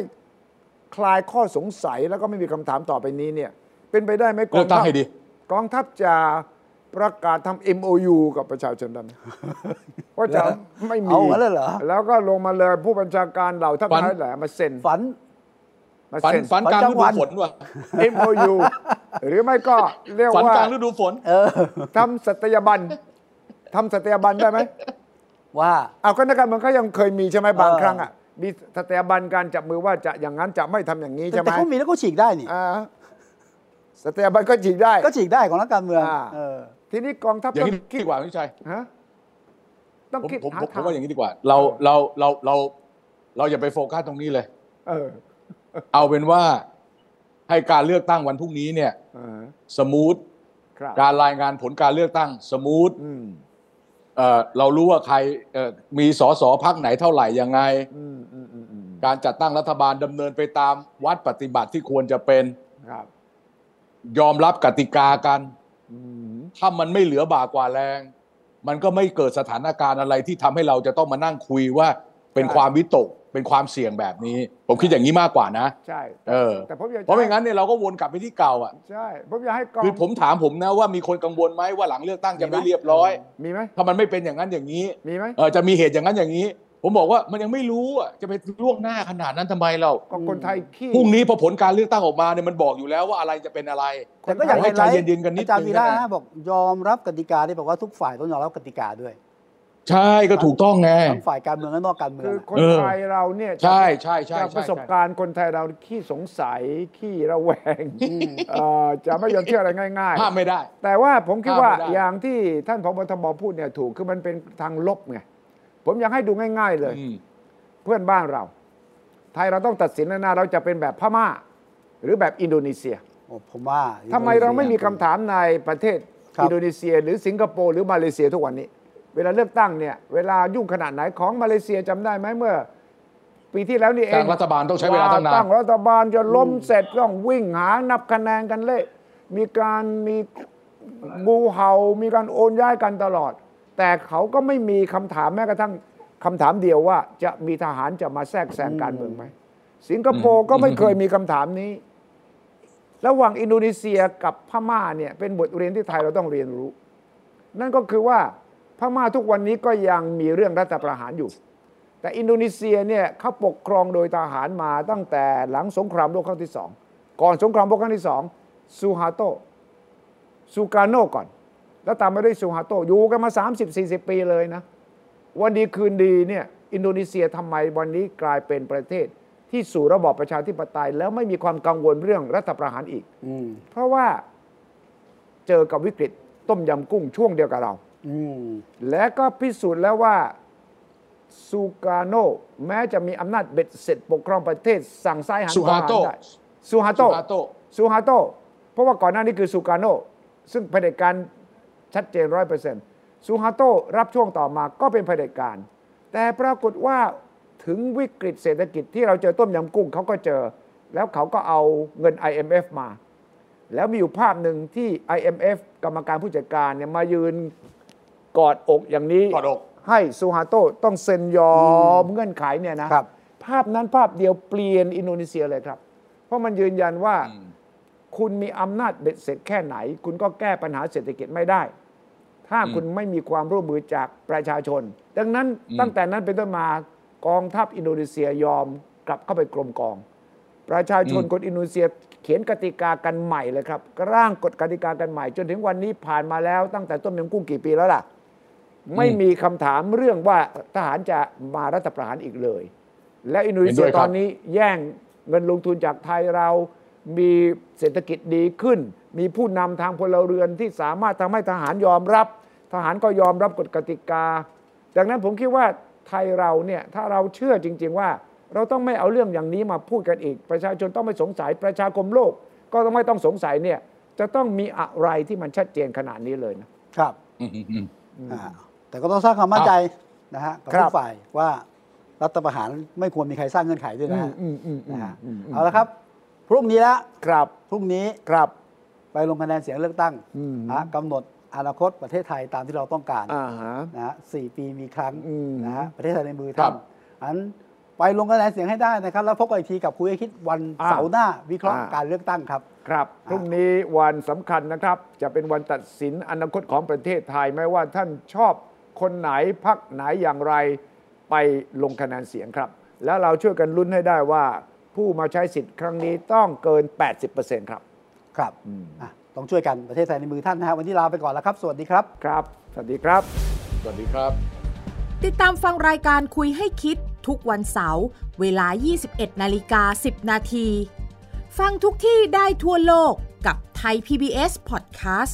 คลายข้อสงสัยแล้วก็ไม่มีคำถามต่อไปนี้เนี่ย เป็นไปได้ไหมก เลื อ อง กทัตั้ง พ ให้ดี กองทัพจะประกาศทำ MOU กับประชาชนดันว่าจะไม่มี เอางั้นเลยเหรอ แล้วก็ลงมาเลยผู้บัญชาการเหล่าทัพ ฝัน น้อยแหละมาเซ็น ฝัน มา ฝัน เซ็น ฝันกลางฝันฤกลางวั ดู น ฝนว่ะ MOU หรือไม่ก็เรียก ฝัน ว่าก ลางฤดูฝน เออ ทำสัตยาบันทำสัตยาบันได้ไหม ว่า เอาก็นักการเมืองก็ยังเคยมีใช่ไหมบาง เออ ครั้งอ่ะมีสัตยาบันการจับมือว่าจะอย่างนั้นจะไม่ทำอย่างนี้ แต่ ใช่ไหม แต่เขามีแล้วก็ฉีกได้นี่ อ่าสัตยาบันก็ฉีกได้ ก็ฉีกได้ของนักการเมือง อ่า เออ ทีนี้กองทัพ อย่าง ต้อง นี้ดีกว่าพี่ชัย ฮะต้อง ผม คิด ผม หา ผมผ ทาม ง ว่าอย่างนี้ดีกว่า เราเราเราเราเราอย่าไปโฟกัสตรงนี้เลย เออ เอาเป็นว่าให้การเลือกตั้งวันพรุ่งนี้เนี่ย เออ สมูท ครับ การรายงานผลการเลือกตั้งสมูท อืม เอ่อเรารู้ว่าใครเอ่อมีสสพักไหนเท่าไหร่ยังไง อืมอืมอืมอืม การจัดตั้งรัฐบาลดำเนินไปตามวัดปฏิบัติที่ควรจะเป็น ครับ ยอมรับกติกากัน อืม ถ้ามันไม่เหลือบากกว่าแรง มันก็ไม่เกิดสถานการณ์อะไรที่ทำให้เราจะต้องมานั่งคุยว่าเป็นความวิตกเป็นความเสี่ยงแบบนี้ ผมคิดอย่างนี้มากกว่านะ ใช่ เออ แต่ผมอยาก เพราะไม่งั้นเนี่ยเราก็วนกลับไปที่เก่าอ่ะ ใช่ผมอยากให้กอง คือผมถามผมนะว่ามีคนกังวลไหมว่าหลังเลือกตั้งจะไม่เรียบร้อย มีไหม ถ้ามันไม่เป็นอย่างนั้นอย่างนี้ มีไหม เออจะมีเหตุอย่างนั้นอย่างนี้ ผมบอกว่ามันยังไม่รู้อ่ะจะไปล่วงหน้าขนาดนั้นทำไมเรา ก็คนไทยขี้ พรุ่งนี้พอผลการเลือกตั้งออกมาเนี่ยมันบอกอยู่แล้วว่าอะไรจะเป็นอะไร แต่ก็อย่าง ให้ใจเย็นๆกันนิดนึง อาจารย์วีระ นะ นะบอกยอมรับกติกาที่บอกว่าทุกฝ่ายต้องยอมรับกติกาด้วย ใช่ก็ถูกต้องไง ทั้งฝ่ายการเมืองและนอกการเมือง คือ อะ คน เออ ไทยเราเนี่ย ใช่ใช่ใช่ จากป ใช่ ระสบการณ์คนไทยเราขี้สงสัยขี้ระแว งเอ่อจะไม่ยอมเชื่ออะไรง่าย ห้ามไม่ได้ ๆ แต่ว่าผมคิดว่า ห้ามไม่ได้ อย่างที่ท่านพบทบพูดเนี่ยถูกคือมันเป็นทางลบไงผมอยากให้ดูง่าย ๆ เลย อืม เพื่อนบ้านเรา ไทยเราต้องตัดสินแล้วนะเราจะเป็นแบบพม่า หรือแบบอินโดนีเซีย โอ้ผมว่า ทำไมเราไม่มีคำถามในประเทศ ครับ อินโดนีเซีย หรือสิงคโปร์หรือมาเลเซียทุกวันนี้ เวลาเลือกตั้งเนี่ยเวลายุ่งขนาดไหนของมาเลเซียจำได้ไหมเมื่อ ปีที่แล้วนี่เอ ตั้ ง งรัฐบาลต้องใช้เวลาตั้งนาน รัฐบาลจะล้มเสร็จต้องวิ่งหานับคะแนนกันเละมีการมีงูเห่ามีการโอนย้ายกันตลอด แต่เขาก็ไม่มีคำถามแม้กระทั่งคำถามเดียวว่าจะมีทหารจะมาแทรกแซงการเมืองไหม สิงคโปร์ก็ไม่เคยมีคำถามนี้ ระหว่างอินโดนีเซียกับพม่าเนี่ยเป็นบทเรียนที่ไทยเราต้องเรียนรู้ นั่นก็คือว่าพม่าทุกวันนี้ก็ยังมีเรื่องรัฐประหารอยู่ แต่อินโดนีเซียเนี่ยเขาปกครองโดยทหารมาตั้งแต่หลังสงครามโลกครั้งที่สองก่อนสงครามโลกครั้งที่สองซูฮาโตซูการโนก่อน แล้วตามมาด้วยซูฮาโตอยู่กันมา 30-40 ปีเลยนะ วันดีคืนดีเนี่ยอินโดนีเซียทำไมวันนี้กลายเป็นประเทศ ที่สู่ระบอบประชาธิปไตย แล้วไม่มีความกังวลเรื่องรัฐประหารอีก อืม เพราะว่าเจอกับวิกฤตต้มยำกุ้งช่วงเดียวกับเรา อืม และก็พิสูจน์แล้วว่าซูการโนแม้จะมีอำนาจเบ็ดเสร็จปกครองประเทศสั่งซ้ายหัน สุ ขวา ฮา หัน โต ได้ซูฮาโต สุฮาโต ซูฮาโต เพราะว่าก่อนหน้านี้คือซูการโนซึ่งเผด็จการชัดเจนร้อยเปอร์เซ็นต์ซูฮาโตรับช่วงต่อมาก็เป็นเผด็จการ แต่ปรากฏว่าถึงวิกฤตเศรษฐกิจที่เราเจอต้มยำกุ้งเขาก็เจอ แล้วเขาก็เอาเงิน IMF มา แล้วมีอยู่ภาพหนึ่งที่ IMF กรรมการผู้จัดการเนี่ยมายืนกอดอกอย่างนี้ กอดอก ให้ซูฮาโต้ต้องเซ็นยอมเงื่อนไขเนี่ยนะครับ ภาพนั้นภาพเดียวเปลี่ยนอินโดนีเซียเลยครับ เพราะมันยืนยันว่าคุณมีอำนาจเบ็ดเสร็จแค่ไหน คุณก็แก้ปัญหาเศรษฐกิจไม่ได้ ถ้าคุณไม่มีความร่วมมือจากประชาชน ดังนั้น อืม ตั้งแต่นั้นเป็นต้นมากองทัพอินโดนีเซียยอมกลับเข้าไปกรมกอง ประชาชนคนอินโดนีเซียเขียนกติกากันใหม่เลยครับร่างกฎกติกากันใหม่ จนถึงวันนี้ผ่านมาแล้วตั้งแต่ต้มยำกุ้งกี่ปีแล้วล่ะ ไม่มีคำถามเรื่องว่าทหารจะมารัฐประหารอีกเลย และอินโดนีเซีย เห็นตด้วยครัอบนนี้แย่งเงินลงทุนจากไทยเรา มีเศรษฐกิจดีขึ้น มีผู้นำทางพลเรือนที่สามารถทำให้ทหารยอมรับ ทหารก็ยอมรับกฎกติกา ดังนั้นผมคิดว่าไทยเราเนี่ยถ้าเราเชื่อจริง ๆ ว่า เราต้องไม่เอาเรื่องอย่างนี้มาพูดกันอีก ประชาชนต้องไม่สงสัยประชาคมโลก ก็ต้องไม่ต้องสงสัยเนี่ยจะต้องมีอะไรที่มันชัดเจนขนาดนี้เลยนะ ครับ อืมอืมอืม อ่าแต่ก็ต้องสร้างความมั่นใจนะฮะกับ ครับ ทุกฝ่ายว่ารัฐประหารไม่ควรมีใครสร้างเงื่อนไขด้วยนะฮะนะฮะเอาละครับ พรุ่งนี้ละ ครับ พรุ่งนี้ ครับ ไปลงคะแนนเสียงเลือกตั้ง อืม นะฮะกำหนดอนาคตประเทศไทยตามที่เราต้องการ อ่าฮะ นะฮะสี่ปีมีครั้ง อืม นะฮะประเทศไทยในมือ ครั ท่าน บ อันไปลงคะแนนเสียงให้ได้นะครับ แล้วพบกันอีกทีกับคุยให้คิดวันเสาร์หน้าวิเคราะห์การเลือกตั้งครับ ครับพรุ่งนี้วันสำคัญนะครับ จะเป็นวันตัดสินอนาคตของประเทศไทยไม่ว่าท่านชอบคนไหนพักไหนอย่างไรไปลงคะแนนเสียงครับ แล้วเราช่วยกันลุ้นให้ได้ว่า ผู้มาใช้สิทธิ์ครั้งนี้ต้องเกิน 80%ครับ ครับอ่ะต้องช่วยกันประเทศไทยในมือท่านนะฮะวันนี้ลาไปก่อนแล้วครับ สวัสดีครับ ครับ สวัสดีครับ สวัสดีครับ ติดตามฟังรายการคุยให้คิดทุกวันเสาร์เวลา 21นาฬิกา10 นาที ฟังทุกที่ได้ทั่วโลกกับไทย PBS Podcast